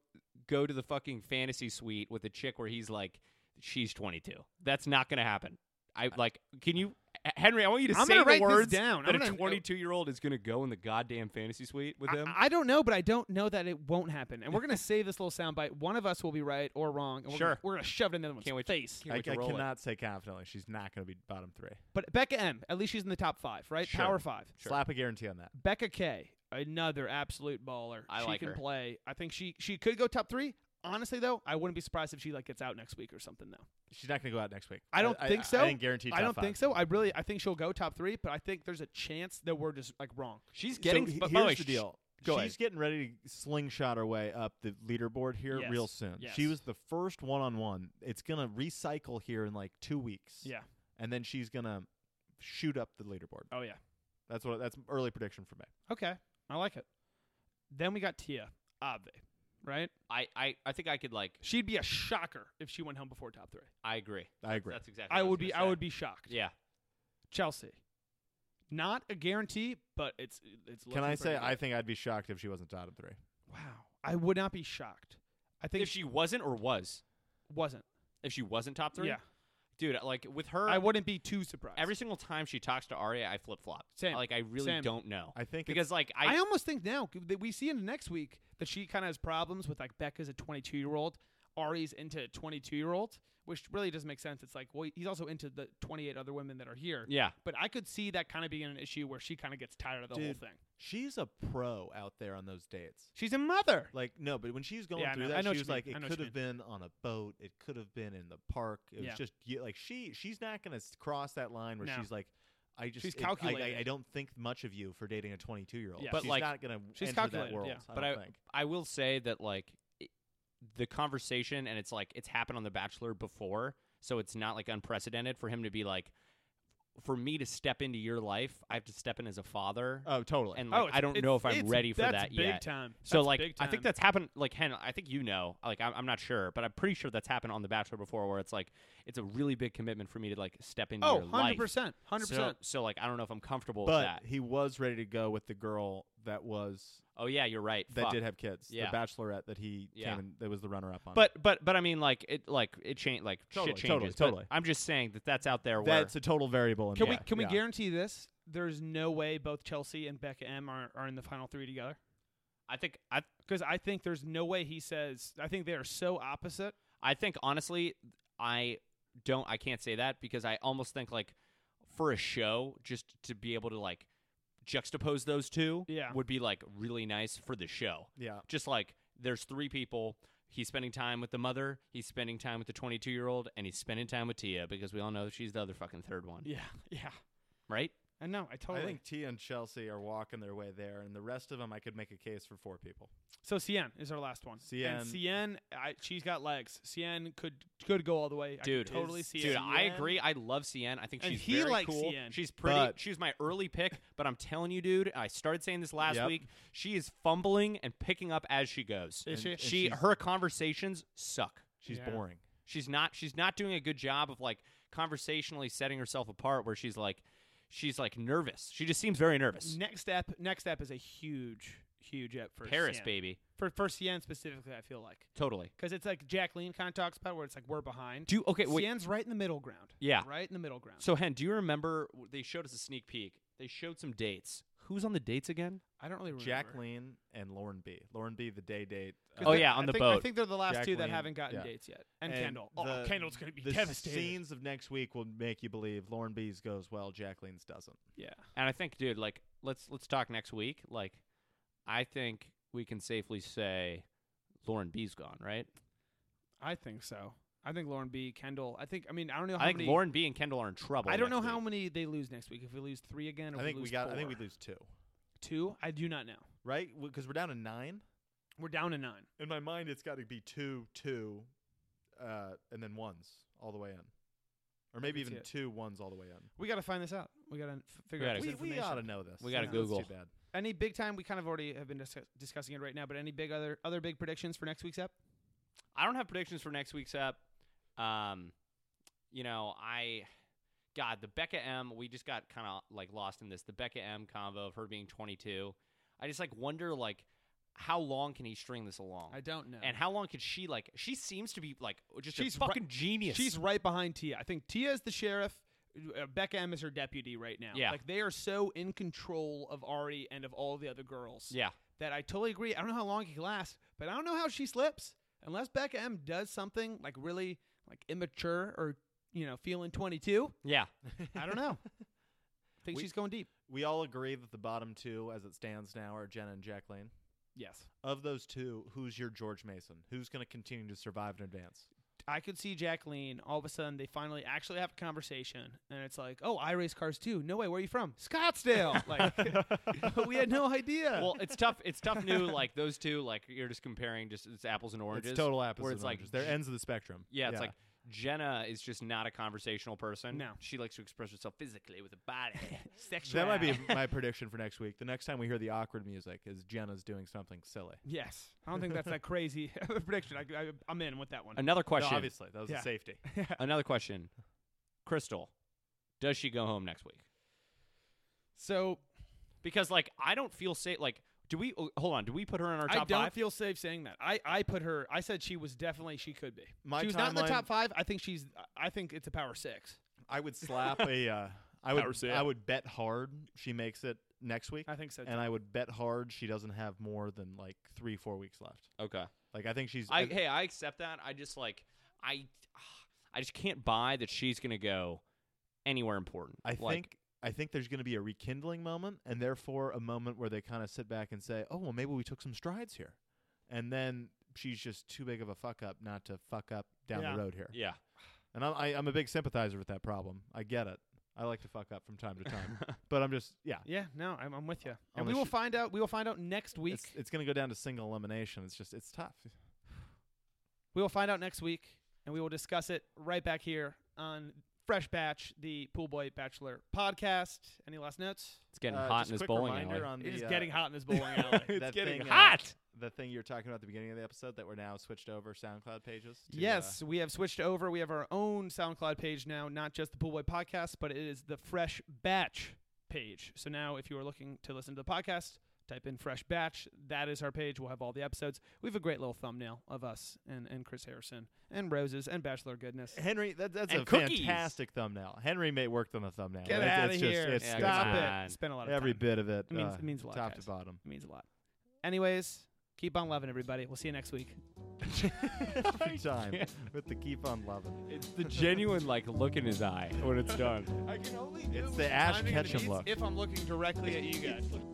Speaker 5: go to the fucking fantasy suite with a chick where he's like she's 22 that's not gonna happen i like can you H- henry i want you to
Speaker 4: I'm
Speaker 5: say
Speaker 4: gonna
Speaker 5: the
Speaker 4: write this
Speaker 5: words
Speaker 4: down.
Speaker 5: that
Speaker 4: I'm
Speaker 5: a
Speaker 4: gonna-
Speaker 5: 22 year old is gonna go in the goddamn fantasy suite with
Speaker 4: I-
Speaker 5: him
Speaker 4: I, don't know, but I don't know that it won't happen. And we're gonna say this little soundbite. One of us will be right or wrong. And we're
Speaker 5: Sure.
Speaker 4: Gonna, we're gonna shove it in the other one's
Speaker 5: Can't wait to-
Speaker 4: face.
Speaker 5: can't
Speaker 6: I, I
Speaker 5: wait to roll it.
Speaker 6: cannot say confidently she's not going to be bottom three.
Speaker 4: But Becca M. At least she's in the top five, right?
Speaker 6: Sure.
Speaker 4: Power five.
Speaker 6: Slap a guarantee on that.
Speaker 4: Becca K. Another absolute baller.
Speaker 5: I
Speaker 4: she
Speaker 5: like
Speaker 4: can
Speaker 5: her.
Speaker 4: play. I think she she could go top three. Honestly, though, I wouldn't be surprised if she like gets out next week or something. Though
Speaker 6: She's not going to go out next week.
Speaker 4: I don't think so.
Speaker 6: I, didn't guarantee.
Speaker 4: I
Speaker 6: top
Speaker 4: don't
Speaker 6: five.
Speaker 4: think so. I really I think she'll go top three, but I think there's a chance that we're just like wrong.
Speaker 5: she's getting
Speaker 6: Getting so he-
Speaker 5: but by
Speaker 6: here's
Speaker 5: the way,
Speaker 6: the
Speaker 5: sh-
Speaker 6: deal.
Speaker 5: go
Speaker 6: She's
Speaker 5: ahead.
Speaker 6: getting ready to slingshot her way up the leaderboard here
Speaker 4: Yes.
Speaker 6: real soon. She
Speaker 4: Yes.
Speaker 6: was the first one on one. It's gonna recycle here in like two weeks.
Speaker 4: Yeah.
Speaker 6: and then she's gonna shoot up the leaderboard.
Speaker 4: Oh yeah.
Speaker 6: That's what. That's early prediction for me.
Speaker 4: Okay. I like it. Then we got Tia Ave, right?
Speaker 5: I, I i think i could like
Speaker 4: She'd be a shocker if she went home before top three.
Speaker 5: i agree
Speaker 6: I agree.
Speaker 5: that's exactly
Speaker 4: I
Speaker 5: what
Speaker 4: would
Speaker 5: was
Speaker 4: be.
Speaker 5: gonna
Speaker 4: I
Speaker 5: say.
Speaker 4: would be shocked.
Speaker 5: yeah
Speaker 4: Chelsea, not a guarantee, but it's it's.
Speaker 6: Can
Speaker 4: looking
Speaker 6: I
Speaker 4: pretty
Speaker 6: say
Speaker 4: good.
Speaker 6: I think I'd be shocked if she wasn't bottom three?
Speaker 4: Wow, I would not be shocked. I think
Speaker 5: if she wasn't or was
Speaker 4: wasn't.
Speaker 5: if she wasn't top three
Speaker 4: Yeah,
Speaker 5: dude like with her
Speaker 4: I wouldn't be too surprised.
Speaker 5: every single time she talks to Arya, i flip-flop
Speaker 4: Same.
Speaker 5: like i really
Speaker 4: Same.
Speaker 5: don't know
Speaker 6: I think it's-
Speaker 5: because like
Speaker 4: I, almost think now c- that we see in the next week that she kind of has problems with like Becca's a 22 year old, Ari's into a 22 year old, which really doesn't make sense. It's like well, he's also into the 28 other women that are here.
Speaker 5: yeah
Speaker 4: But I could see that kind of being an issue where she kind of gets tired of the whole
Speaker 6: Dude.
Speaker 4: thing.
Speaker 6: she's a pro out there on those dates.
Speaker 4: She's a mother.
Speaker 6: Like no, but when she's going
Speaker 4: Yeah, I
Speaker 6: through
Speaker 4: know- I
Speaker 6: that,
Speaker 4: know what
Speaker 6: she
Speaker 4: you
Speaker 6: was like,
Speaker 4: mean. I know
Speaker 6: it
Speaker 4: what
Speaker 6: could
Speaker 4: you
Speaker 6: have been on a boat, it could have been in the park. It
Speaker 4: Yeah.
Speaker 6: was just yeah, like she she's not gonna s- cross that line where
Speaker 4: No.
Speaker 6: she's like, I just
Speaker 4: She's
Speaker 6: it- I- I- I,
Speaker 4: calculated.
Speaker 6: don't think much of you for dating a 22 year old.
Speaker 4: Yeah.
Speaker 5: But,
Speaker 6: she's
Speaker 5: like,
Speaker 6: not gonna
Speaker 4: she's
Speaker 6: enter that
Speaker 4: calculated,
Speaker 6: world.
Speaker 4: yeah.
Speaker 6: I
Speaker 5: but
Speaker 6: don't
Speaker 5: I,
Speaker 6: think.
Speaker 5: I will say that like i- the conversation and it's like it's happened on The Bachelor before, so it's not like unprecedented for him to be like, for me to step into your life, I have to step in as a father,
Speaker 6: Oh, totally.
Speaker 5: and like
Speaker 4: it's-
Speaker 5: I don't know if
Speaker 4: it's-
Speaker 5: I'm
Speaker 4: it's-
Speaker 5: ready for
Speaker 4: that's
Speaker 5: that
Speaker 4: big
Speaker 5: yet.
Speaker 4: Time.
Speaker 5: So
Speaker 4: That's
Speaker 5: like
Speaker 4: big
Speaker 5: I think
Speaker 4: time.
Speaker 5: that's happened. Like Hen, I think you know. Like I'm, I'm not sure, but I'm pretty sure that's happened on The Bachelor before, where it's like it's a really big commitment for me to like step into
Speaker 4: oh
Speaker 5: your
Speaker 4: 100
Speaker 5: life.
Speaker 4: percent, 100
Speaker 5: So,
Speaker 4: percent.
Speaker 5: so like I don't know if I'm comfortable
Speaker 6: but
Speaker 5: with that.
Speaker 6: he was ready to go with the girl that was
Speaker 5: Oh yeah, you're right.
Speaker 6: that
Speaker 5: Fuck.
Speaker 6: did have kids,
Speaker 5: Yeah.
Speaker 6: the bachelorette that he
Speaker 5: Yeah.
Speaker 6: came and that was the runner up on.
Speaker 5: But but but I mean like it like it changed like
Speaker 6: Totally,
Speaker 5: shit
Speaker 6: totally,
Speaker 5: changes. but
Speaker 6: totally.
Speaker 5: I'm just saying that that's out there. Where
Speaker 6: that's a total variable. In
Speaker 4: Can we
Speaker 6: that.
Speaker 4: can we
Speaker 6: Yeah.
Speaker 4: guarantee this? There's no way both Chelsea and Becca M are, are in the final three together.
Speaker 5: I think I
Speaker 4: Because I think there's no way he says. I think they are so opposite.
Speaker 5: I think honestly I don't I can't say that because I almost think like for a show just to be able to like juxtapose those two
Speaker 4: Yeah.
Speaker 5: would be like really nice for the show.
Speaker 6: Yeah.
Speaker 5: Just like there's three people. He's spending time with the mother. He's spending time with the 22 year old, and he's spending time with Tia because we all know she's the other fucking third one,
Speaker 4: Yeah, yeah.
Speaker 5: right?
Speaker 4: I know. I totally.
Speaker 6: I think T and Chelsea are walking their way there, and the rest of them, I could make a case for four people.
Speaker 4: so. Cien is our last one.
Speaker 6: Cien.
Speaker 4: And Cien, I, she's got legs. Cien could could go all the way. I
Speaker 5: Dude,
Speaker 4: could totally
Speaker 6: is-
Speaker 4: see
Speaker 5: Dude,
Speaker 4: it.
Speaker 5: I agree. I love Cien. I think
Speaker 4: And
Speaker 5: she's
Speaker 4: he
Speaker 5: very
Speaker 4: likes
Speaker 5: cool.
Speaker 4: Cien.
Speaker 5: She's pretty.
Speaker 6: But-
Speaker 5: she was my early pick, but I'm telling you, dude. I started saying this last
Speaker 6: Yep.
Speaker 5: week. She is fumbling and picking up as she goes.
Speaker 4: Is she?
Speaker 5: She
Speaker 6: she's-
Speaker 5: her conversations suck.
Speaker 6: She's
Speaker 4: Yeah.
Speaker 6: boring.
Speaker 5: She's not she's not doing a good job of like conversationally setting herself apart where she's like she's like nervous. She just seems very nervous.
Speaker 4: Next step. Next step is a huge, huge up for
Speaker 5: Paris,
Speaker 4: Cien.
Speaker 5: baby.
Speaker 4: For for Cien specifically, I feel like
Speaker 5: Totally.
Speaker 4: because it's like Jacqueline kind of talks about where it's like we're behind.
Speaker 5: Do you, okay, wait.
Speaker 4: Cien's right in the middle ground.
Speaker 5: Yeah.
Speaker 4: right in the middle ground.
Speaker 5: So Hen, do you remember w- they showed us a sneak peek? They showed some dates. Who's on the dates again?
Speaker 4: I don't really remember.
Speaker 6: Jacqueline and Lauren B. Lauren B. The day date.
Speaker 4: 'Cause
Speaker 5: Oh,
Speaker 4: they're-
Speaker 5: yeah,
Speaker 4: I
Speaker 5: on the
Speaker 4: think- I
Speaker 5: boat.
Speaker 4: think they're the last two that
Speaker 6: Jacqueline,
Speaker 4: haven't gotten
Speaker 6: yeah.
Speaker 4: dates yet. And,
Speaker 6: And
Speaker 4: Kendall. oh,
Speaker 6: the-
Speaker 4: Kendall's gonna be
Speaker 6: The
Speaker 4: devastated.
Speaker 6: scenes of next week will make you believe Lauren B's goes well, Jacqueline's doesn't.
Speaker 4: Yeah.
Speaker 5: And I think, dude, like let's let's talk next week. Like, I think we can safely say Lauren B's gone, right?
Speaker 4: I think so. I think Lauren B. Kendall. I think. I mean, I don't know how
Speaker 5: I think
Speaker 4: many.
Speaker 5: Lauren B and Kendall are in trouble.
Speaker 4: I don't know
Speaker 5: next
Speaker 4: how
Speaker 5: week.
Speaker 4: many they lose next week. If we lose three again, or
Speaker 6: I think we
Speaker 4: lose
Speaker 6: got. I think
Speaker 4: four.
Speaker 6: we lose two,
Speaker 4: two. I do not know.
Speaker 6: right? Because we're down to nine.
Speaker 4: We're down to nine.
Speaker 6: In my mind, it's got to be two, two, uh, and then ones all the way in, or maybe
Speaker 4: could see
Speaker 6: even
Speaker 4: it.
Speaker 6: two ones all the way in.
Speaker 4: We got to find this out. We got to f- figure
Speaker 5: We
Speaker 4: out
Speaker 5: gotta-
Speaker 4: this
Speaker 6: We, we
Speaker 4: information.
Speaker 6: ought to know this.
Speaker 5: We gotta
Speaker 6: Yeah, that's
Speaker 5: Google.
Speaker 6: Too bad.
Speaker 4: Any big time? We kind of already have been discuss- discussing it right now. But any big other other big predictions for next week's app?
Speaker 5: I don't have predictions for next week's up. Um, you know, I, God, the Becca M. We just got kind of like lost in this. The Becca M. convo of her being 22. I just like wonder like how long can he string this along?
Speaker 4: I don't know.
Speaker 5: And how long could she like? She seems to be like just
Speaker 4: She's
Speaker 5: a
Speaker 4: ri-
Speaker 5: fucking genius.
Speaker 4: She's right behind Tia. I think Tia is the sheriff. Uh, Becca M is her deputy right now.
Speaker 5: Yeah.
Speaker 4: Like they are so in control of Ari and of all the other girls.
Speaker 5: yeah.
Speaker 4: That I totally agree. I don't know how long he can last, but I don't know how she slips unless Becca M does something like really like immature or you know feeling 22.
Speaker 5: Yeah.
Speaker 4: I don't know. I think
Speaker 6: We-
Speaker 4: she's going deep.
Speaker 6: We all agree that the bottom two, as it stands now, are Jenna and Jacqueline.
Speaker 4: Yes.
Speaker 6: Of those two, who's your George Mason? Who's going to continue to survive and advance?
Speaker 4: I could see Jacqueline. All of a sudden, they finally actually have a conversation, and it's like, "Oh, I race cars too. No way. Where are you from? Scottsdale. Like, we had no idea.
Speaker 5: Well, it's tough. It's tough. New like those two. Like you're just comparing just it's apples and oranges.
Speaker 6: It's total apples.
Speaker 5: Where
Speaker 6: and
Speaker 5: it's like
Speaker 6: oranges. They're
Speaker 5: j-
Speaker 6: ends of the spectrum.
Speaker 5: Yeah, it's like Jenna is just not a conversational person.
Speaker 4: No.
Speaker 5: she likes to express herself physically with a body.
Speaker 4: sexual.
Speaker 6: that might be my prediction for next week. The next time we hear the awkward music is Jenna's doing something silly.
Speaker 4: Yes, I don't think that's that crazy of a prediction. I, I, I'm in with that one.
Speaker 5: Another question.
Speaker 6: No, obviously, that was
Speaker 4: Yeah.
Speaker 6: a safety.
Speaker 5: Another question. Crystal, does she go home next week?
Speaker 4: So
Speaker 5: Because like I don't feel safe. Like, do we? oh, Hold on. Do we put her in our top
Speaker 4: I don't
Speaker 5: five?
Speaker 4: feel safe saying that. I, I put her. I said she was definitely she could be.
Speaker 6: My
Speaker 4: she was not in the
Speaker 6: timeline-
Speaker 4: top five. I think she's. I think it's a power six.
Speaker 6: I would slap a. Uh, I
Speaker 5: Power
Speaker 6: would.
Speaker 5: sip.
Speaker 6: I would bet hard she makes it next week,
Speaker 4: I think so.
Speaker 6: and I would bet hard she doesn't have more than like three, four weeks left.
Speaker 5: okay.
Speaker 6: Like I think she's.
Speaker 5: I hey, I accept that. I just like I, I just can't buy that she's gonna go anywhere important.
Speaker 6: I
Speaker 5: Like,
Speaker 6: think I think there's going to be a rekindling moment, and therefore a moment where they kind of sit back and say, "Oh, well, maybe we took some strides here," and then she's just too big of a fuck up not to fuck up down
Speaker 4: Yeah.
Speaker 6: the road here.
Speaker 5: Yeah.
Speaker 6: And I'm, I, I'm a big sympathizer with that problem. I get it. I like to fuck up from time to time, but I'm just yeah.
Speaker 4: yeah, no, I'm, I'm with you. And
Speaker 6: Unless
Speaker 4: we will
Speaker 6: she-
Speaker 4: find out. We will find out next week.
Speaker 6: It's, it's going to go down to single elimination. It's just it's tough.
Speaker 4: We will find out next week, and we will discuss it right back here on Fresh Batch, the Pool Boy Bachelor podcast. Any last notes?
Speaker 5: It's getting
Speaker 6: Uh,
Speaker 5: hot
Speaker 6: just
Speaker 5: in this
Speaker 6: quick
Speaker 5: bowling alley.
Speaker 6: reminder on
Speaker 4: It is
Speaker 6: the, uh,
Speaker 4: getting hot in this bowling alley.
Speaker 6: that
Speaker 4: it's getting
Speaker 6: thing, uh,
Speaker 4: hot.
Speaker 6: the thing you were talking about at the beginning of the episode that we're now switched over SoundCloud pages. to, uh,
Speaker 4: Yes, we have switched over. We have our own SoundCloud page now, not just the Pool Boy podcast, but it is the Fresh Batch page. So now, if you are looking to listen to the podcast, type in Fresh Batch. That is our page. We'll have all the episodes. We have a great little thumbnail of us and, and Chris Harrison and Roses and Bachelor Goodness.
Speaker 6: Henry, that, that's
Speaker 5: And
Speaker 6: a
Speaker 5: cookies.
Speaker 6: fantastic thumbnail. Henry may worked on the thumbnail.
Speaker 4: Get
Speaker 6: It's-
Speaker 4: out of
Speaker 6: it's
Speaker 4: here.
Speaker 6: Just, it's
Speaker 5: Yeah,
Speaker 6: stop
Speaker 4: Stop
Speaker 5: come
Speaker 6: it.
Speaker 5: on.
Speaker 4: it. Spend a lot of
Speaker 6: Every
Speaker 4: time.
Speaker 6: bit of it.
Speaker 4: It means-
Speaker 6: uh,
Speaker 4: it means a lot,
Speaker 6: top
Speaker 4: guys.
Speaker 6: to bottom.
Speaker 4: It means a lot. Anyways, keep on loving everybody. We'll see you next week.
Speaker 6: Every time with the keep on loving.
Speaker 5: It's the genuine like look in his eye when it's done.
Speaker 4: I can only do
Speaker 6: It's the Ash Ketchum look.
Speaker 4: if I'm looking directly at you guys.